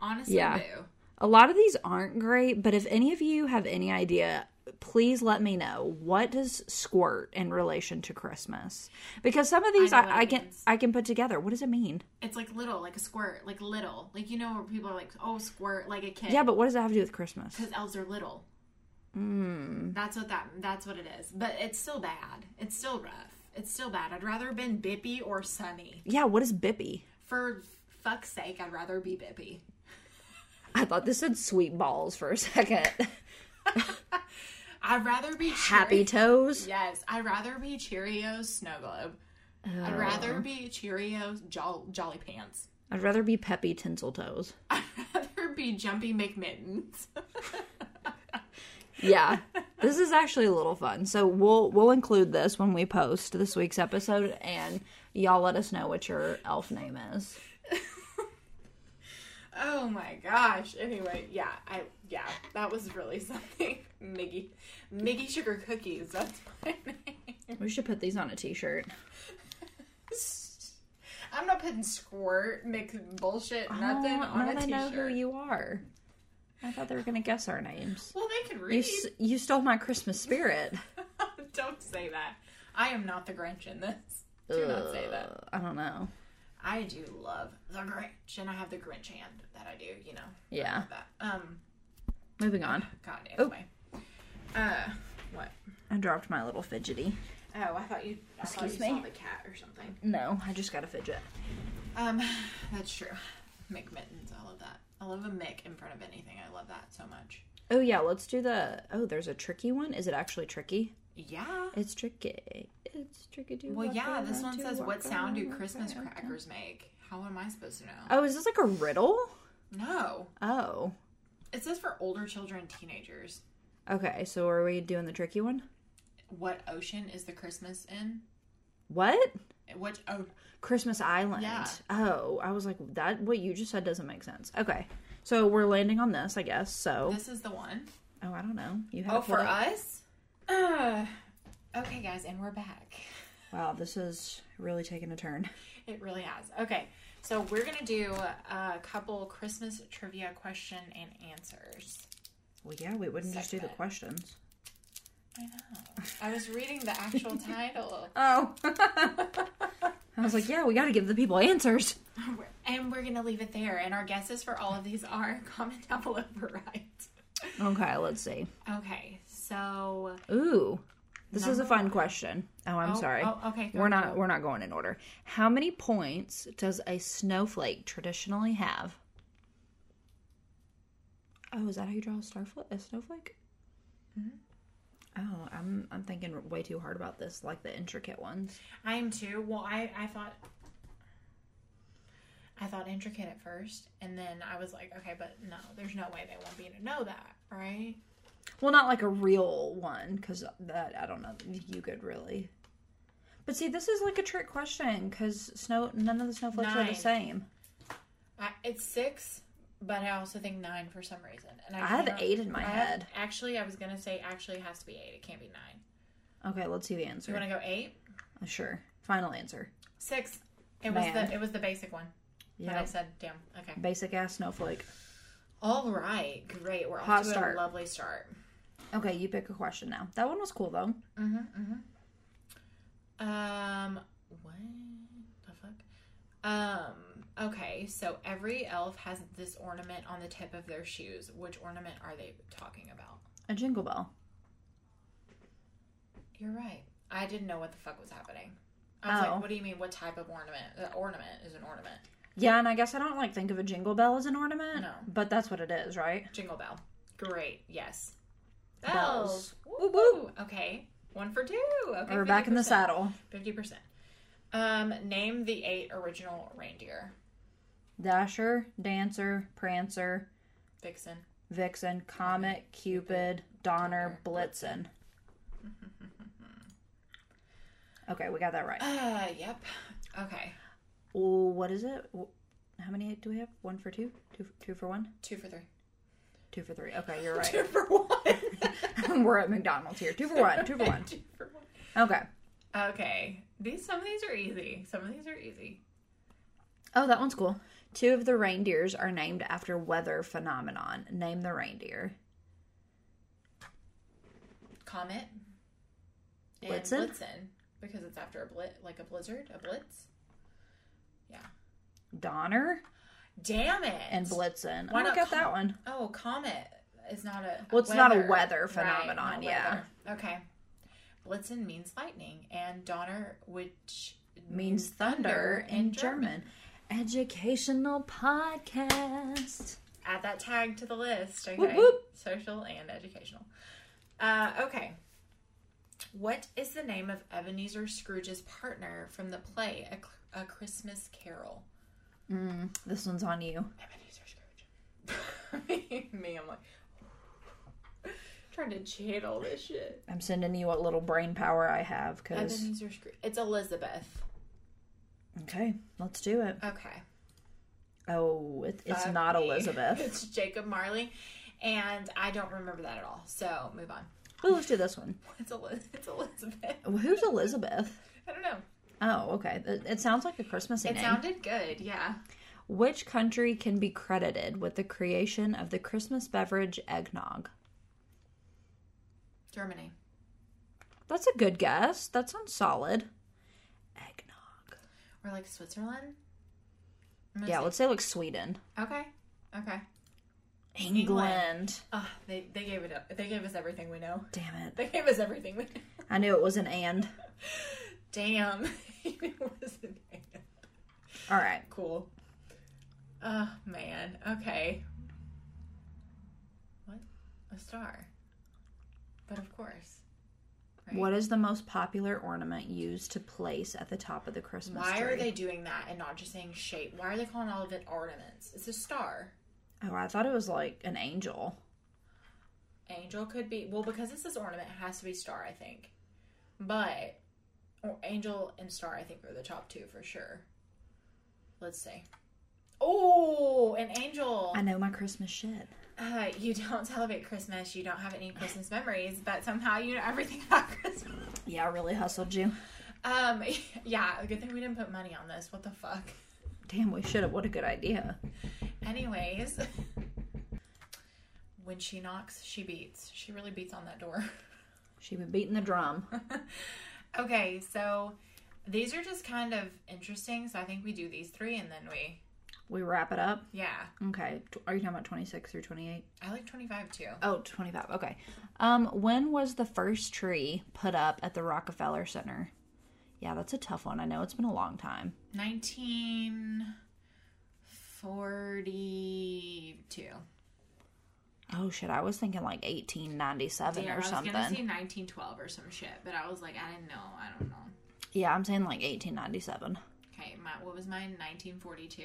Speaker 2: Honestly,
Speaker 3: Yeah.
Speaker 2: boo.
Speaker 3: A lot of these aren't great, but if any of you have any idea, please let me know. What does squirt in relation to Christmas? Because some of these
Speaker 2: know what
Speaker 3: I, I
Speaker 2: it
Speaker 3: can
Speaker 2: means.
Speaker 3: I can put together. What does it mean?
Speaker 2: It's like little, like a squirt, like little. Like, you know, where people are like, oh, squirt, like a kid.
Speaker 3: Yeah, but what does that have to do with Christmas?
Speaker 2: because elves are little. That's what that. That's what it is. But it's still bad. It's still rough. It's still bad. I'd rather been Bippy or Sunny.
Speaker 3: Yeah, what is Bippy?
Speaker 2: For fuck's sake, I'd rather be Bippy.
Speaker 3: I thought this said sweet balls for a second.
Speaker 2: I'd rather be
Speaker 3: Happy
Speaker 2: Cheeri-
Speaker 3: toes.
Speaker 2: Yes, I'd rather be Cheerios Snow Globe. I'd rather be Cheerios Jol- Jolly Pants.
Speaker 3: I'd rather be peppy tinsel toes.
Speaker 2: I'd rather be Jumpy McMittens.
Speaker 3: yeah this is actually a little fun so we'll we'll include this when we post this week's episode and y'all let us know what your elf name is
Speaker 2: Oh my gosh. Anyway, yeah, I yeah, that was really something. Miggy, Miggy Sugar Cookies. That's my name.
Speaker 3: We should put these on a t-shirt.
Speaker 2: I'm not putting squirt, mix bullshit, nothing
Speaker 3: Oh,
Speaker 2: on
Speaker 3: now
Speaker 2: a
Speaker 3: they
Speaker 2: t-shirt.
Speaker 3: know who you are. I thought they were gonna guess our names.
Speaker 2: well, they can
Speaker 3: You,
Speaker 2: read.
Speaker 3: s- you stole my Christmas spirit.
Speaker 2: Don't say that. I am not the Grinch in this. Do not say that.
Speaker 3: Ugh, I don't know.
Speaker 2: I do love the Grinch, and I have the Grinch hand that I do. You know
Speaker 3: Yeah.
Speaker 2: that. Um,
Speaker 3: Moving on.
Speaker 2: God.
Speaker 3: Oh.
Speaker 2: Anyway, uh, what?
Speaker 3: I dropped my little fidgety.
Speaker 2: Oh, I thought you. I
Speaker 3: Excuse
Speaker 2: thought you
Speaker 3: me?
Speaker 2: Saw the cat or something.
Speaker 3: No, I just got a fidget.
Speaker 2: Um, that's true. Mick mittens. I love that. I love a Mick in front of anything. I love that so much.
Speaker 3: Oh yeah, let's do the. Oh, there's a tricky one. Is it actually tricky?
Speaker 2: Yeah.
Speaker 3: It's tricky. It's tricky to.
Speaker 2: Well,
Speaker 3: walk
Speaker 2: yeah. This
Speaker 3: around,
Speaker 2: one
Speaker 3: to
Speaker 2: says,
Speaker 3: walk
Speaker 2: "What sound do
Speaker 3: around,
Speaker 2: Christmas
Speaker 3: walk around."
Speaker 2: crackers make?" How am I supposed to know?
Speaker 3: Oh, is this like a riddle?
Speaker 2: No.
Speaker 3: Oh,
Speaker 2: It says for older children, and teenagers.
Speaker 3: okay. So are we doing the tricky one?
Speaker 2: What ocean is the Christmas in?
Speaker 3: What?
Speaker 2: Which oh
Speaker 3: Christmas Island.
Speaker 2: Yeah.
Speaker 3: Oh, I was like that. What you just said doesn't make sense. Okay, so we're landing on this, I guess. So
Speaker 2: this is the one.
Speaker 3: oh, I don't know. You have
Speaker 2: Oh, for
Speaker 3: what I-
Speaker 2: us? Uh, okay, guys, and we're back.
Speaker 3: Wow, this is really taking a turn.
Speaker 2: It really has. Okay, so we're going to do a couple Christmas trivia question and answers.
Speaker 3: Well, yeah, we wouldn't just do the
Speaker 2: Segment.
Speaker 3: questions.
Speaker 2: I know. I was reading the actual title.
Speaker 3: Oh. I was like, yeah, we got to give the people answers.
Speaker 2: And we're going to leave it there. And our guesses for all of these are comment down below for right.
Speaker 3: Okay, let's see.
Speaker 2: Okay, so.
Speaker 3: Ooh, this is a fun question. Oh, I'm
Speaker 2: Oh,
Speaker 3: sorry.
Speaker 2: oh, okay, go,
Speaker 3: we're not we're not going in order. How many points does a snowflake traditionally have? Oh, is that how you draw a starflake? A snowflake? Mm-hmm. Oh, I'm I'm thinking way too hard about this, like the intricate ones.
Speaker 2: I am too. Well, I, I thought I thought intricate at first, and then I was like, okay, but no, there's no way they won't be to know that, right?
Speaker 3: Well, not like a real one, because that I don't know. You could really. But see, this is like a trick question because snow. None of the snowflakes are
Speaker 2: Nine.
Speaker 3: the same.
Speaker 2: I, it's six, but I also think nine for some reason. And I,
Speaker 3: I have
Speaker 2: cannot-
Speaker 3: eight in my
Speaker 2: I have-
Speaker 3: head.
Speaker 2: actually, I was gonna say actually it has to be eight. It can't be nine.
Speaker 3: Okay, let's see the
Speaker 2: Do
Speaker 3: answer.
Speaker 2: you want to go eight?
Speaker 3: Sure. Final answer.
Speaker 2: Six. It was
Speaker 3: Man.
Speaker 2: the it was the basic one. But I
Speaker 3: Yeah.
Speaker 2: said, damn. Okay.
Speaker 3: Basic ass snowflake.
Speaker 2: All right. Great. We're off
Speaker 3: Hot
Speaker 2: to
Speaker 3: start.
Speaker 2: a lovely start.
Speaker 3: Okay, you pick a question now. That one was cool though.
Speaker 2: Mm-hmm, Um, what the fuck? Um, okay, so every elf has this ornament on the tip of their shoes. Which ornament are they talking about?
Speaker 3: A jingle bell.
Speaker 2: You're right. I didn't know what the fuck was happening. I was
Speaker 3: Oh.
Speaker 2: like, what do you mean? What type of ornament? The ornament is an ornament.
Speaker 3: Yeah, and I guess I don't like think of a jingle bell as an ornament.
Speaker 2: No.
Speaker 3: But that's what it is, right?
Speaker 2: Jingle bell. Great. Yes.
Speaker 3: Bells.
Speaker 2: Bells. Woo woo. Okay. One for two. Okay.
Speaker 3: We're back in the
Speaker 2: 50%.
Speaker 3: saddle.
Speaker 2: 50%. Um, name the eight original reindeer.
Speaker 3: Dasher, Dancer, Prancer,
Speaker 2: Vixen.
Speaker 3: Vixen, Comet, Cupid, Donner, Blitzen. Okay, we got that right.
Speaker 2: Uh, yep. Okay.
Speaker 3: Ooh, what is it? Wh- How many do we have? One for two? Two, two for one?
Speaker 2: Two for three.
Speaker 3: Two for three. Okay, you're right.
Speaker 2: Two for one.
Speaker 3: We're at McDonald's here. Two for one. Two for one.
Speaker 2: Two for one.
Speaker 3: Okay.
Speaker 2: Okay. These some of these are easy. Some of these are easy.
Speaker 3: Oh, that one's cool. Two of the reindeers are named after weather phenomenon. Name the reindeer.
Speaker 2: Comet. And
Speaker 3: Blitzen?
Speaker 2: Blitzen. Because it's after a blit like a blizzard, a blitz. Yeah.
Speaker 3: Donner
Speaker 2: Damn it.
Speaker 3: and Blitzen.
Speaker 2: Why
Speaker 3: I
Speaker 2: not
Speaker 3: don't get
Speaker 2: com-
Speaker 3: that one.
Speaker 2: Oh, comet is not a
Speaker 3: Well, it's not a weather
Speaker 2: Right,
Speaker 3: phenomenon,
Speaker 2: not
Speaker 3: yeah.
Speaker 2: weather. Okay. Blitzen means lightning and Donner which
Speaker 3: Means thunder in German. Educational podcast.
Speaker 2: add that tag to the list. Okay.
Speaker 3: whoop.
Speaker 2: Social and educational. Uh, okay. What is the name of Ebenezer Scrooge's partner from the play A, C- A Christmas Carol?
Speaker 3: This one's on you.
Speaker 2: Ebenezer Scrooge. Me, I'm like trying to channel this shit.
Speaker 3: I'm sending you what little brain power I have because.
Speaker 2: Ebenezer Scrooge. It's Elizabeth.
Speaker 3: Okay, let's do it.
Speaker 2: Okay.
Speaker 3: Oh, it, it's
Speaker 2: Fuck
Speaker 3: not
Speaker 2: me.
Speaker 3: Elizabeth.
Speaker 2: it's Jacob Marley, and I don't remember that at all. So move on.
Speaker 3: Well, let's do this one.
Speaker 2: It's, Eliz- it's Elizabeth.
Speaker 3: Well, Who's Elizabeth?
Speaker 2: I don't know.
Speaker 3: Oh, okay. It, it sounds like a Christmas
Speaker 2: It
Speaker 3: name.
Speaker 2: sounded good, yeah.
Speaker 3: Which country can be credited with the creation of the Christmas beverage eggnog?
Speaker 2: Germany.
Speaker 3: That's a good guess. That sounds solid. Eggnog.
Speaker 2: Or like Switzerland? I'm gonna
Speaker 3: Yeah,
Speaker 2: say-
Speaker 3: let's say like Sweden.
Speaker 2: Okay. Okay.
Speaker 3: England.
Speaker 2: Oh, they, they gave it up. They gave us everything we know.
Speaker 3: Damn it.
Speaker 2: They gave us everything we know.
Speaker 3: I knew it was an and.
Speaker 2: Damn. it wasn't
Speaker 3: All right.
Speaker 2: cool. Oh, man. Okay. What? A star. But of course. Right.
Speaker 3: What is the most popular ornament used to place at the top of the Christmas
Speaker 2: Why
Speaker 3: tree?
Speaker 2: are they doing that and not just saying shape? Why are they calling all of it ornaments? It's a star.
Speaker 3: Oh, I thought it was like an angel.
Speaker 2: Angel could be well because it says ornament it has to be star, I think. But or angel and star, I think, are the top two for sure. Let's see. Oh, an angel.
Speaker 3: I know my Christmas shit.
Speaker 2: Uh, you don't celebrate Christmas. You don't have any Christmas memories, but somehow you know everything about Christmas.
Speaker 3: Yeah, I really hustled you.
Speaker 2: Um, yeah. Good thing we didn't put money on this. What the fuck.
Speaker 3: Damn, we should have. What a good idea.
Speaker 2: Anyways, when she knocks, she beats. She really beats on that door.
Speaker 3: She been beating the drum.
Speaker 2: Okay, so these are just kind of interesting. So I think we do these three and then we,
Speaker 3: We wrap it up.
Speaker 2: yeah.
Speaker 3: Okay. Tw- Are you talking about 26 through 28?
Speaker 2: I like 25 too.
Speaker 3: Oh, 25. Okay. Um, when was the first tree put up at the Rockefeller Center? Yeah, that's a tough one. I know it's been a long time.
Speaker 2: 1942.
Speaker 3: Oh shit, I was thinking like 1897
Speaker 2: Yeah, I
Speaker 3: or
Speaker 2: was
Speaker 3: something.
Speaker 2: gonna say 1912 or some shit, but I was like, I didn't know. I don't know.
Speaker 3: Yeah, I'm saying like 1897.
Speaker 2: Okay, my, what was mine? 1942.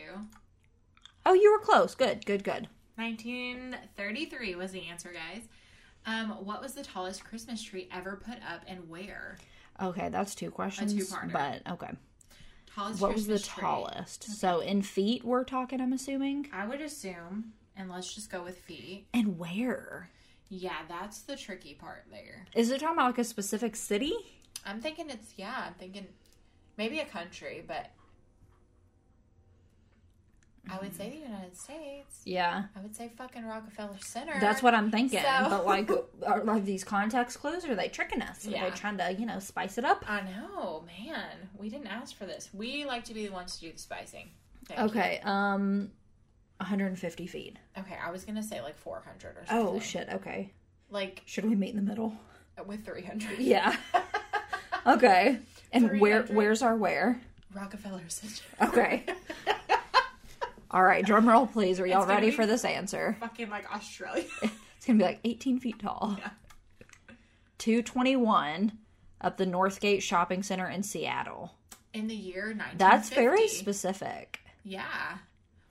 Speaker 3: Oh, you were close. Good, good, good.
Speaker 2: 1933 was the answer, guys. Um, what was the tallest Christmas tree ever put up and where?
Speaker 3: Okay, that's two questions.
Speaker 2: two-parter.
Speaker 3: But okay.
Speaker 2: Tallest
Speaker 3: What was the
Speaker 2: Christmas tree.
Speaker 3: tallest? So in feet we're talking, I'm assuming.
Speaker 2: I would assume, and let's just go with feet.
Speaker 3: And where?
Speaker 2: Yeah, that's the tricky part there.
Speaker 3: Is it talking about like a specific city?
Speaker 2: I'm thinking it's yeah, I'm thinking maybe a country, but I would say the
Speaker 3: Mm-hmm.
Speaker 2: United States.
Speaker 3: Yeah.
Speaker 2: I would say fucking Rockefeller Center.
Speaker 3: That's what I'm thinking.
Speaker 2: So-
Speaker 3: But like, are, are these context clues? Are they tricking us? Are
Speaker 2: Yeah.
Speaker 3: they trying to, you know, spice it up?
Speaker 2: I know, man. We didn't ask for this. We like to be the ones to do the spicing. Thank you.
Speaker 3: Okay. Um, 150 feet.
Speaker 2: Okay, I was gonna say like 400 or something.
Speaker 3: Oh shit. Okay.
Speaker 2: Like
Speaker 3: Should we meet in the middle?
Speaker 2: with 300.
Speaker 3: Yeah. okay. And where?
Speaker 2: 300?
Speaker 3: Where's our where?
Speaker 2: Rockefeller Center.
Speaker 3: Okay. All right. Drum roll, please. Are y'all
Speaker 2: gonna
Speaker 3: ready
Speaker 2: be-
Speaker 3: for this answer?
Speaker 2: Fucking like Australia.
Speaker 3: It's gonna be like 18 feet tall.
Speaker 2: Yeah.
Speaker 3: 221 up the Northgate Shopping Center in Seattle.
Speaker 2: In the year 1950.
Speaker 3: That's very specific.
Speaker 2: Yeah.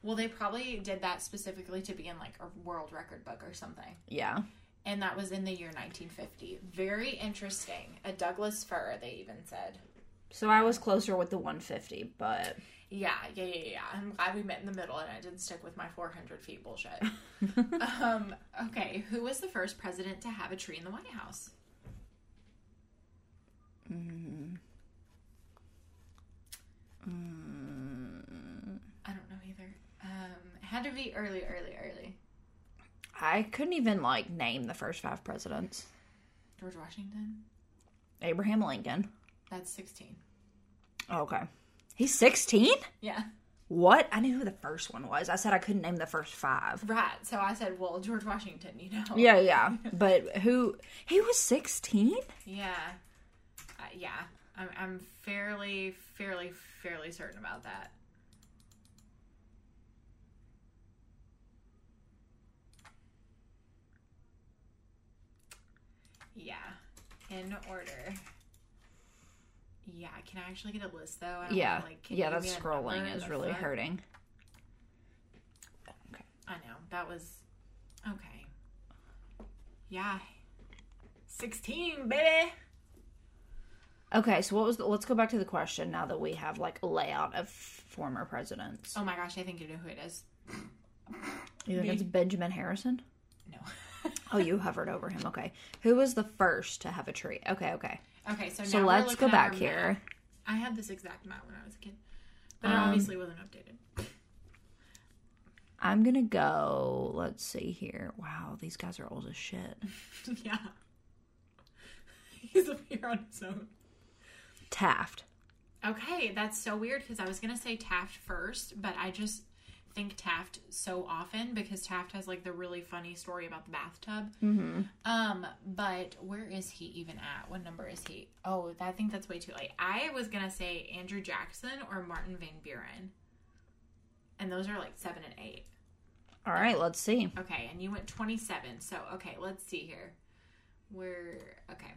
Speaker 2: Well, they probably did that specifically to be in like a world record book or something.
Speaker 3: Yeah.
Speaker 2: And that was in the year 1950. Very interesting. A Douglas fir, they even said.
Speaker 3: So I was closer with the 150, but
Speaker 2: Yeah, yeah, yeah, yeah. I'm glad we met in the middle and I didn't stick with my 400 feet bullshit. um, okay, who was the first president to have a tree in the White House? I don't know either. Um, it had to be early, early, early.
Speaker 3: I couldn't even like name the first five presidents.
Speaker 2: George Washington?
Speaker 3: Abraham Lincoln.
Speaker 2: That's 16.
Speaker 3: Okay. He's 16?
Speaker 2: Yeah.
Speaker 3: What? I knew who the first one was. I said I couldn't name the first five.
Speaker 2: Right. So I said, well, George Washington, you know?
Speaker 3: Yeah, yeah. But who? He was 16?
Speaker 2: Yeah. Uh, yeah. I'm, I'm fairly, fairly, fairly certain about that. Yeah. In order. Yeah. Can I actually get a list though? I don't
Speaker 3: Yeah.
Speaker 2: wanna, like, can
Speaker 3: Yeah,
Speaker 2: you
Speaker 3: that
Speaker 2: give me a number
Speaker 3: scrolling
Speaker 2: in
Speaker 3: is
Speaker 2: the
Speaker 3: really
Speaker 2: front?
Speaker 3: hurting.
Speaker 2: I know. That was. Okay. Yeah. 16, baby!
Speaker 3: Okay, so what was the, let's go back to the question now that we have like a layout of former presidents.
Speaker 2: Oh my gosh, I think you know who it is.
Speaker 3: you think
Speaker 2: me.
Speaker 3: it's Benjamin Harrison?
Speaker 2: No.
Speaker 3: Oh, you hovered over him. Okay. Who was the first to have a tree? Okay, okay.
Speaker 2: Okay, so,
Speaker 3: So
Speaker 2: now we're
Speaker 3: let's
Speaker 2: looking
Speaker 3: go
Speaker 2: at our
Speaker 3: back here. Um,
Speaker 2: map. I had this exact map when I was a kid, but it obviously wasn't updated.
Speaker 3: I'm going to go. Let's see here. Wow, these guys are old as shit.
Speaker 2: yeah, he's up here on his own.
Speaker 3: Taft.
Speaker 2: Okay, that's so weird because I was gonna say Taft first, but I just think Taft so often because Taft has like the really funny story about the bathtub.
Speaker 3: Mm-hmm.
Speaker 2: Um, but where is he even at? What number is he? Oh, I think that's way too late. I was gonna say Andrew Jackson or Martin Van Buren, and those are like seven and eight.
Speaker 3: All right, let's see.
Speaker 2: Okay, and you went 27. So, okay, let's see here. We're okay.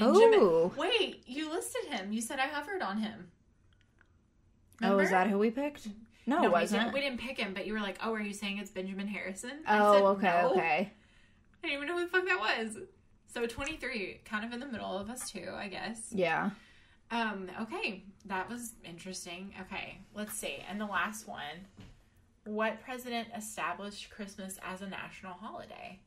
Speaker 3: Ooh.
Speaker 2: Wait, you listed him. You said I hovered on him.
Speaker 3: Oh,
Speaker 2: Remember?
Speaker 3: is that who we picked? No,
Speaker 2: No,
Speaker 3: it
Speaker 2: We
Speaker 3: wasn't.
Speaker 2: didn't, we didn't pick him, but you were like, "Oh, are you saying it's Benjamin Harrison?" I said,
Speaker 3: oh, okay,
Speaker 2: "No."
Speaker 3: okay.
Speaker 2: I didn't even know who the fuck that was. So 23, kind of in the middle of us too, I guess.
Speaker 3: Yeah.
Speaker 2: Um, okay, that was interesting. Okay, let's see. And the last one. What president established Christmas as a national holiday?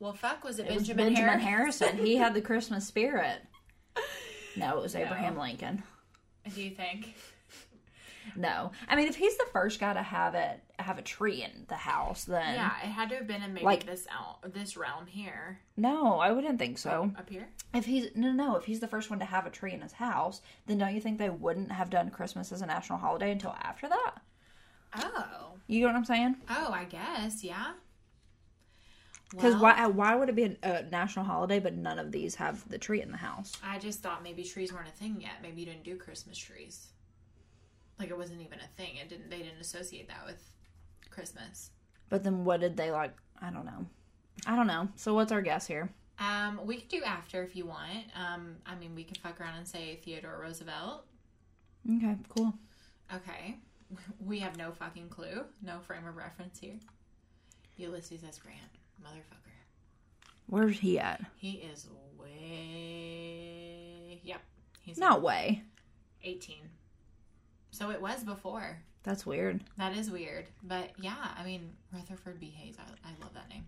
Speaker 2: Well, fuck, was it,
Speaker 3: It was
Speaker 2: Benjamin,
Speaker 3: Benjamin
Speaker 2: Harris?
Speaker 3: Harrison. He had the Christmas spirit. No, it was Abraham Lincoln.
Speaker 2: Do you think?
Speaker 3: No, I mean if he's the first guy to have it, have a tree in the house, then
Speaker 2: Yeah, it had to have been in maybe
Speaker 3: Like-
Speaker 2: this out, this realm here
Speaker 3: no, I wouldn't think so.
Speaker 2: up here.
Speaker 3: If he's no, no, if he's the first one to have a tree in his house, then don't you think they wouldn't have done Christmas as a national holiday until after that?
Speaker 2: Oh,
Speaker 3: You know what I'm saying?
Speaker 2: oh, I guess, yeah.
Speaker 3: Because
Speaker 2: Well,
Speaker 3: why? Why would it be a, a national holiday but none of these have the tree in the house?
Speaker 2: I just thought maybe trees weren't a thing yet. Maybe you didn't do Christmas trees. Like it wasn't even a thing. It didn't. They didn't associate that with Christmas.
Speaker 3: But then what did they like? I don't know. I don't know. So what's our guess here?
Speaker 2: Um, we could do after if you want. Um, I mean, we can fuck around and say Theodore Roosevelt.
Speaker 3: Okay, cool.
Speaker 2: Okay, we have no fucking clue, no frame of reference here. Ulysses S. Grant, motherfucker,
Speaker 3: Where's he at?
Speaker 2: he is way. Yep, he's
Speaker 3: No way.
Speaker 2: eighteen. So it was before.
Speaker 3: That's weird.
Speaker 2: That is weird, but yeah, I mean Rutherford B. Hayes, I, I love that name.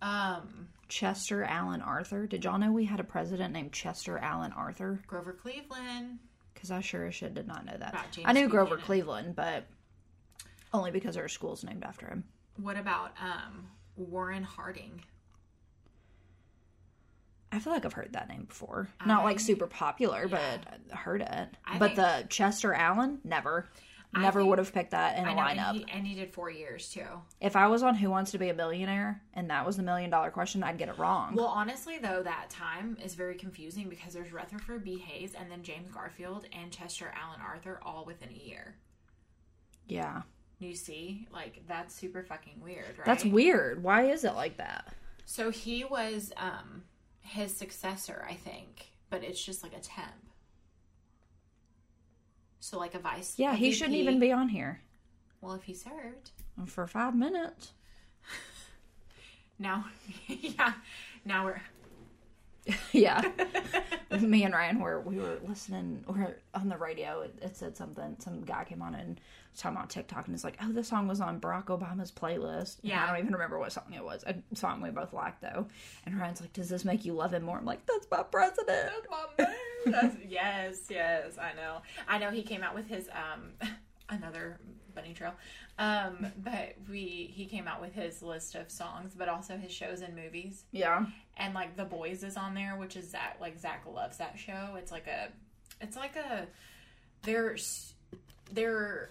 Speaker 2: Um,
Speaker 3: Chester Allen Arthur. Did y'all know we had a president named Chester Allen Arthur?
Speaker 2: Grover Cleveland.
Speaker 3: Because I sure as shit did not know that.
Speaker 2: About James
Speaker 3: I knew
Speaker 2: B.
Speaker 3: Grover
Speaker 2: Cannon.
Speaker 3: Cleveland, but only because our school's named after him.
Speaker 2: What about um Warren Harding?
Speaker 3: I feel like I've heard that name before. Not like
Speaker 2: I-
Speaker 3: super popular, but I heard it.
Speaker 2: I
Speaker 3: but
Speaker 2: think-
Speaker 3: the Chester Allen, never.
Speaker 2: I
Speaker 3: Never
Speaker 2: think-
Speaker 3: would have picked that in a lineup.
Speaker 2: And he, and he did four years too.
Speaker 3: if I was on Who Wants to Be a Millionaire and that was the million dollar question, I'd get it wrong.
Speaker 2: Well, honestly, though, that time is very confusing because there's Rutherford B. Hayes and then James Garfield and Chester Allen Arthur all within a year.
Speaker 3: yeah.
Speaker 2: You see? Like, that's super fucking weird, right?
Speaker 3: That's weird. Why is it like that?
Speaker 2: So he was um his successor, I think, but it's just like a temp. So, like a vice.
Speaker 3: Yeah,
Speaker 2: a
Speaker 3: he
Speaker 2: VP.
Speaker 3: shouldn't even be on here
Speaker 2: Well, if he served.
Speaker 3: for five minutes.
Speaker 2: Now, yeah, now we're.
Speaker 3: yeah. Me and Ryan were we were listening or on the radio. It, it said something. Some guy came on and was talking about TikTok and it's like, oh, this song was on Barack Obama's playlist. And
Speaker 2: Yeah.
Speaker 3: I don't even remember what song it was. A song we both liked though. And Ryan's like, does this make you love him more? I'm like, that's my president.
Speaker 2: That's- yes, yes, I know. I know he came out with his um another bunny trail. Um but we he came out with his list of songs but also his shows and movies.
Speaker 3: Yeah.
Speaker 2: And like The Boys is on there, which is that like Zach loves that show. It's like a it's like a there's they're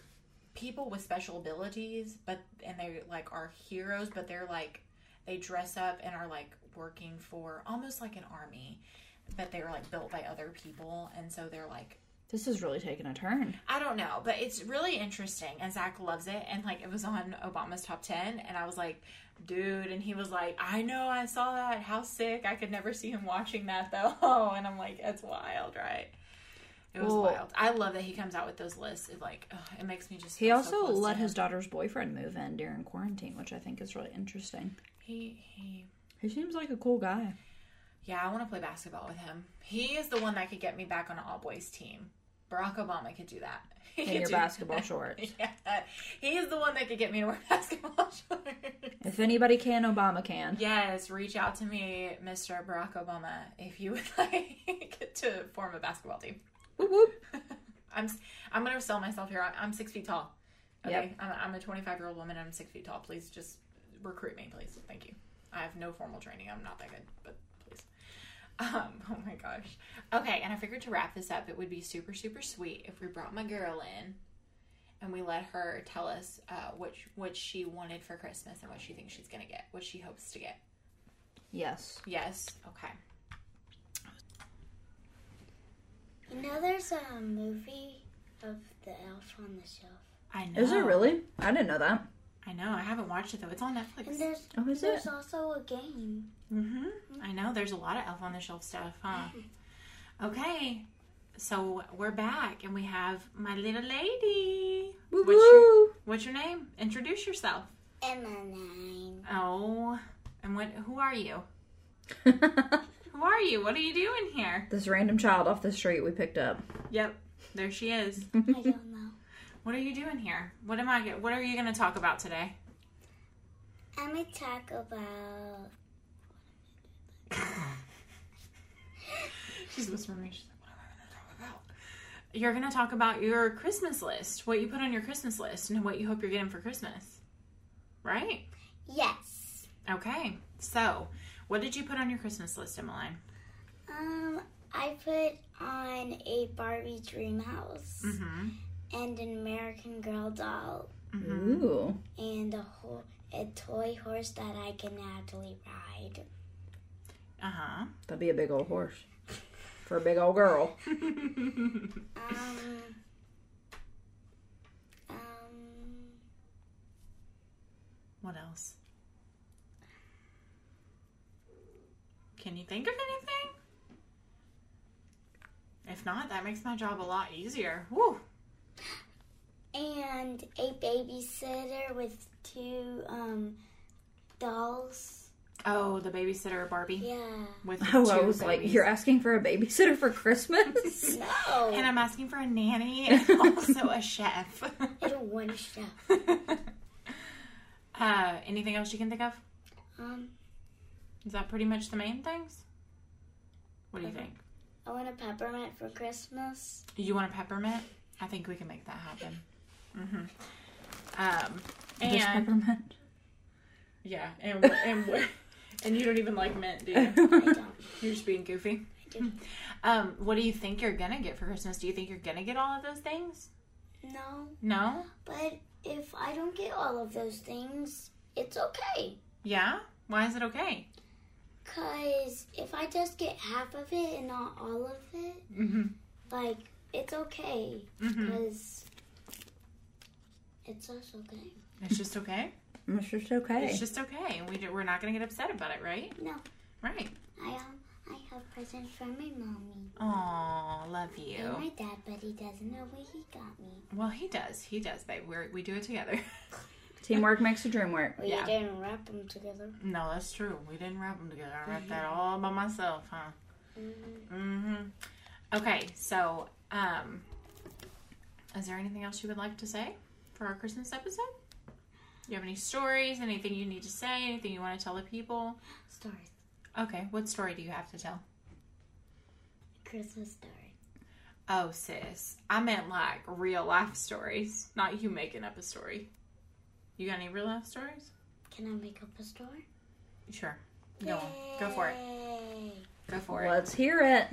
Speaker 2: people with special abilities but and they like are heroes but they're like they dress up and are like working for almost like an army but they were like built by other people and so they're like
Speaker 3: This is really taking a turn.
Speaker 2: i don't know but it's really interesting and zach loves it and like it was on obama's top 10 and i was like dude and he was like i know i saw that how sick i could never see him watching that though and i'm like that's wild right it was
Speaker 3: Well-
Speaker 2: wild i love that he comes out with those lists it like ugh, it makes me just
Speaker 3: He
Speaker 2: feel
Speaker 3: also
Speaker 2: so close to
Speaker 3: let
Speaker 2: him.
Speaker 3: his daughter's boyfriend move in during quarantine, which I think is really interesting.
Speaker 2: he he
Speaker 3: He seems like a cool guy.
Speaker 2: Yeah, I want to play basketball with him. He is the one that could get me back on an all boys team. Barack Obama could do that. He
Speaker 3: In
Speaker 2: could
Speaker 3: your
Speaker 2: do
Speaker 3: basketball
Speaker 2: that.
Speaker 3: shorts.
Speaker 2: Yeah, he is the one that could get me to wear basketball shorts.
Speaker 3: If anybody can, Obama can.
Speaker 2: Yes, reach out to me, Mr. Barack Obama, if you would like to form a basketball team.
Speaker 3: Whoop whoop.
Speaker 2: I'm s- I'm gonna sell myself here. I'm, I'm six feet tall. Okay,
Speaker 3: Yep.
Speaker 2: I'm, I'm a 25 year old woman. I'm six feet tall. Please just recruit me, please. Thank you. I have no formal training. I'm not that good, but please. Um, oh my gosh. Okay, and I figured to wrap this up, it would be super super sweet if we brought my girl in. And we let her tell us uh, what sh- what she wanted for Christmas and what she thinks she's gonna get, what she hopes to get.
Speaker 3: Yes.
Speaker 2: Yes. Okay.
Speaker 4: You know, there's a movie of the elf on the shelf.
Speaker 2: I know.
Speaker 3: Is it really? I didn't know that.
Speaker 2: I know. I haven't watched it though. It's on
Speaker 4: And
Speaker 2: Netflix.
Speaker 4: there's,
Speaker 3: Oh, is
Speaker 4: there's
Speaker 3: it?
Speaker 4: also a game.
Speaker 3: Mm-hmm.
Speaker 2: hmm I know. There's a lot of Elf on the Shelf stuff, huh? Okay. So we're back and we have my little lady.
Speaker 3: Woo
Speaker 2: What's your,
Speaker 3: woo.
Speaker 2: what's your name? Introduce yourself.
Speaker 4: And a nine.
Speaker 2: Oh, and what? Who are you? Who are you? What are you doing here?
Speaker 3: this random child off the street we picked up.
Speaker 2: Yep. There she is.
Speaker 4: I don't know.
Speaker 2: What are you doing here? What am I? get- What are you going to talk about today?
Speaker 4: I'm gonna talk about.
Speaker 2: She's whispering to me. She's like, "What am I going to talk about?" You're going to talk about your Christmas list, what you put on your Christmas list, and what you hope you're getting for Christmas, right?
Speaker 4: Yes.
Speaker 2: Okay. So, what did you put on your Christmas list, Emmeline?
Speaker 4: Um, I put on a Barbie dream house
Speaker 2: Mm-hmm.
Speaker 4: and an American Girl doll
Speaker 3: Ooh.
Speaker 4: and a, ho- a toy horse that I can actually ride.
Speaker 2: Uh huh.
Speaker 3: That'd be a big old horse. For a big old girl.
Speaker 4: Um. Um.
Speaker 2: what else? Can you think of anything? If not, that makes my job a lot easier. Woo!
Speaker 4: and a babysitter with two um dolls.
Speaker 2: Oh, the babysitter Barbie
Speaker 4: Yeah.
Speaker 2: with
Speaker 3: Oh,
Speaker 2: two
Speaker 3: I was like,
Speaker 2: babies.
Speaker 3: you're asking for a babysitter for Christmas?
Speaker 2: and
Speaker 4: No.
Speaker 2: I'm asking for a nanny and also a chef.
Speaker 4: At one shot.
Speaker 2: uh, anything else you can think of?
Speaker 4: Um,
Speaker 2: Is that pretty much the main things? What do you think?
Speaker 4: I want a peppermint for Christmas.
Speaker 2: You want a peppermint? I think we can make that happen. Mm-hmm. Um, and
Speaker 3: Just peppermint.
Speaker 2: yeah, and and and you don't even like mint, do you?
Speaker 4: I don't.
Speaker 2: You're just being goofy.
Speaker 4: do.
Speaker 2: Um, what do you think you're gonna get for Christmas? Do you think you're gonna get all of those things?
Speaker 4: No.
Speaker 2: No.
Speaker 4: But if I don't get all of those things, it's okay.
Speaker 2: Yeah. Why is it okay?
Speaker 4: Cause if I just get half of it and not all of it,
Speaker 2: Mm-hmm.
Speaker 4: like it's okay.
Speaker 2: Mm-hmm.
Speaker 4: Cause it's just okay.
Speaker 2: It's just okay.
Speaker 3: It's just okay.
Speaker 2: It's just okay, and we do, we're not gonna get upset about it, right?
Speaker 4: No,
Speaker 2: Right.
Speaker 4: I um, I have presents for my mommy.
Speaker 2: Aw, love you.
Speaker 4: And my dad, but he doesn't know where he got me.
Speaker 2: Well, he does. He does, babe. We're, we do it together.
Speaker 3: Teamwork makes the dream work.
Speaker 4: We
Speaker 2: Yeah.
Speaker 4: didn't wrap them together.
Speaker 2: No, that's true. We didn't wrap them together. I wrapped that all by myself, huh? Mm-hmm. Okay, so um, is there anything else you would like to say for our Christmas episode? You have any stories? Anything you need to say? Anything you want to tell the people?
Speaker 4: Stars.
Speaker 2: Okay, what story do you have to tell?
Speaker 4: Christmas story.
Speaker 2: Oh, sis, I meant like real life stories, not you making up a story. You got any real life stories?
Speaker 4: Can I make up a story?
Speaker 2: Sure. Go on. Go for it.
Speaker 4: Yay.
Speaker 2: Go for it.
Speaker 3: Let's hear it.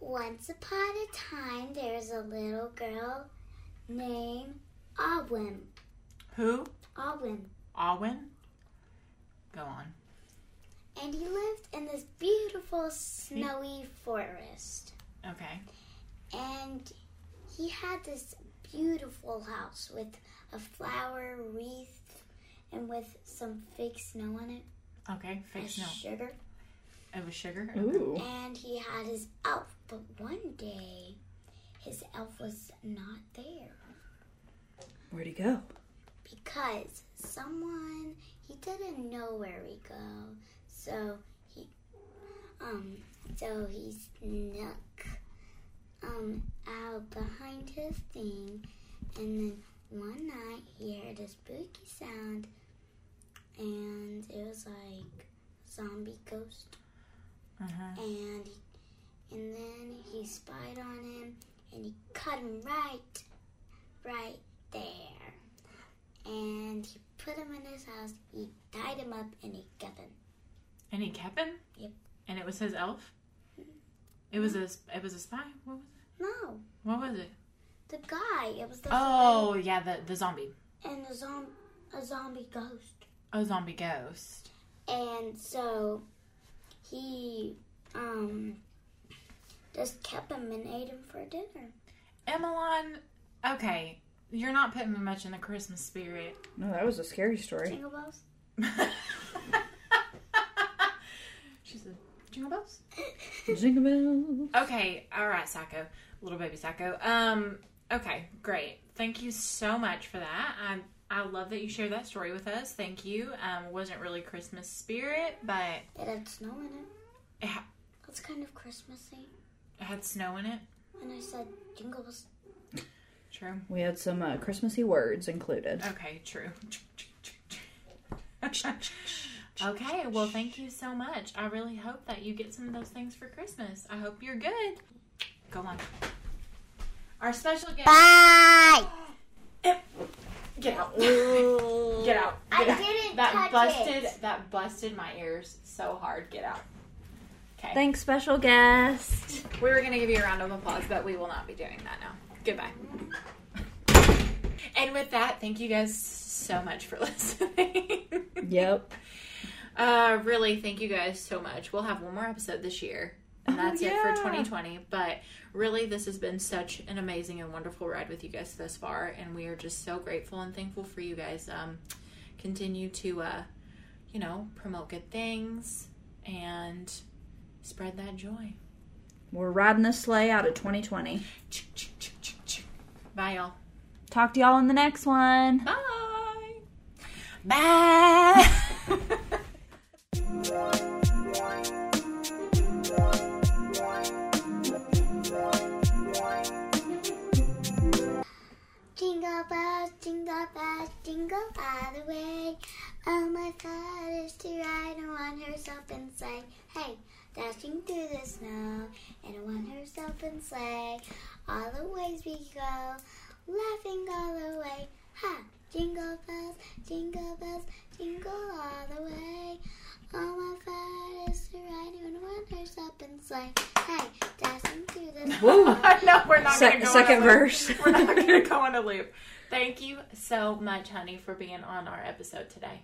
Speaker 4: Once upon a time, there's a little girl named Owen.
Speaker 2: Who?
Speaker 4: Owen.
Speaker 2: Alwyn? Go on.
Speaker 4: And he lived in this beautiful snowy forest.
Speaker 2: Okay.
Speaker 4: And he had this beautiful house with a flower wreath and with some fake snow on it.
Speaker 2: Okay. Fake
Speaker 4: and
Speaker 2: snow.
Speaker 4: Sugar.
Speaker 2: It was sugar.
Speaker 3: Ooh.
Speaker 4: And he had his elf, but one day his elf was not there
Speaker 3: Where'd he go?
Speaker 4: because someone he didn't know where he go. So he um so he snuck um out behind his thing and then one night he heard a spooky sound and it was like zombie ghost.
Speaker 2: Uh-huh.
Speaker 4: And and then he spied on him and he cut him right, right there. And he put him in his house. He tied him up and he got him.
Speaker 2: And he kept him.
Speaker 4: Yep.
Speaker 2: And it was his elf. It was a it was a spy. What was it?
Speaker 4: No,
Speaker 2: What was it?
Speaker 4: the guy. It was the
Speaker 2: Oh yeah, the the zombie,
Speaker 4: and a zombie, a zombie ghost.
Speaker 2: a zombie ghost.
Speaker 4: And so he um just kept him and ate him for dinner.
Speaker 2: Emmeline, okay, you're not putting me much in the Christmas spirit.
Speaker 3: No, that was a scary story.
Speaker 4: Jingle bells.
Speaker 2: she said, "Jingle bells."
Speaker 3: Jingle bells.
Speaker 2: Okay, all right, Sacco, little baby Sacco. Um, okay, great. Thank you so much for that. I I love that you shared that story with us. Thank you. Um, wasn't really Christmas spirit, but
Speaker 4: It had snow in it.
Speaker 2: it ha-
Speaker 4: That's kind of Christmassy.
Speaker 2: it had snow in it.
Speaker 4: And I said jingle bells.
Speaker 2: True.
Speaker 3: We had some uh, Christmassy words included.
Speaker 2: Okay, true. okay, well, thank you so much. I really hope that you get some of those things for Christmas. I hope you're good. Go on. Our special guest.
Speaker 4: Bye.
Speaker 2: Get out. Get out.
Speaker 4: I
Speaker 2: Get out.
Speaker 4: didn't
Speaker 2: That
Speaker 4: touch
Speaker 2: busted.
Speaker 4: it.
Speaker 2: That busted my ears so hard. Get out. Okay.
Speaker 3: Thanks, special guest.
Speaker 2: we were gonna give you a round of applause, but we will not be doing that now. Goodbye. And with that, thank you guys so much for listening.
Speaker 3: Yep.
Speaker 2: Uh, really, thank you guys so much. We'll have one more episode this year, and
Speaker 3: Oh,
Speaker 2: that's it for
Speaker 3: yeah.
Speaker 2: 2020. But really, this has been such an amazing and wonderful ride with you guys thus far, and we are just so grateful and thankful for you guys. Um, continue to, uh, you know, promote good things and spread that joy.
Speaker 3: We're riding this sleigh out of 2020.
Speaker 2: Bye, y'all.
Speaker 3: Talk to y'all in the next one.
Speaker 2: Bye. Bye.
Speaker 4: Jingle bells, jingle bells, jingle all the way. Oh my God, is to ride and one herself and sleigh. Hey, dashing through the snow and one herself and sleigh. All the ways we go, laughing all the way. Ha! Jingle bells, jingle bells, jingle all the way. Oh my God, is to ride and one herself and sleigh. Hey, dashing through the snow.
Speaker 2: no, we're not
Speaker 3: Se-
Speaker 2: gonna go
Speaker 3: second
Speaker 2: on a loop.
Speaker 3: verse.
Speaker 2: We're not gonna go on a loop. Thank you so much, honey, for being on our episode today.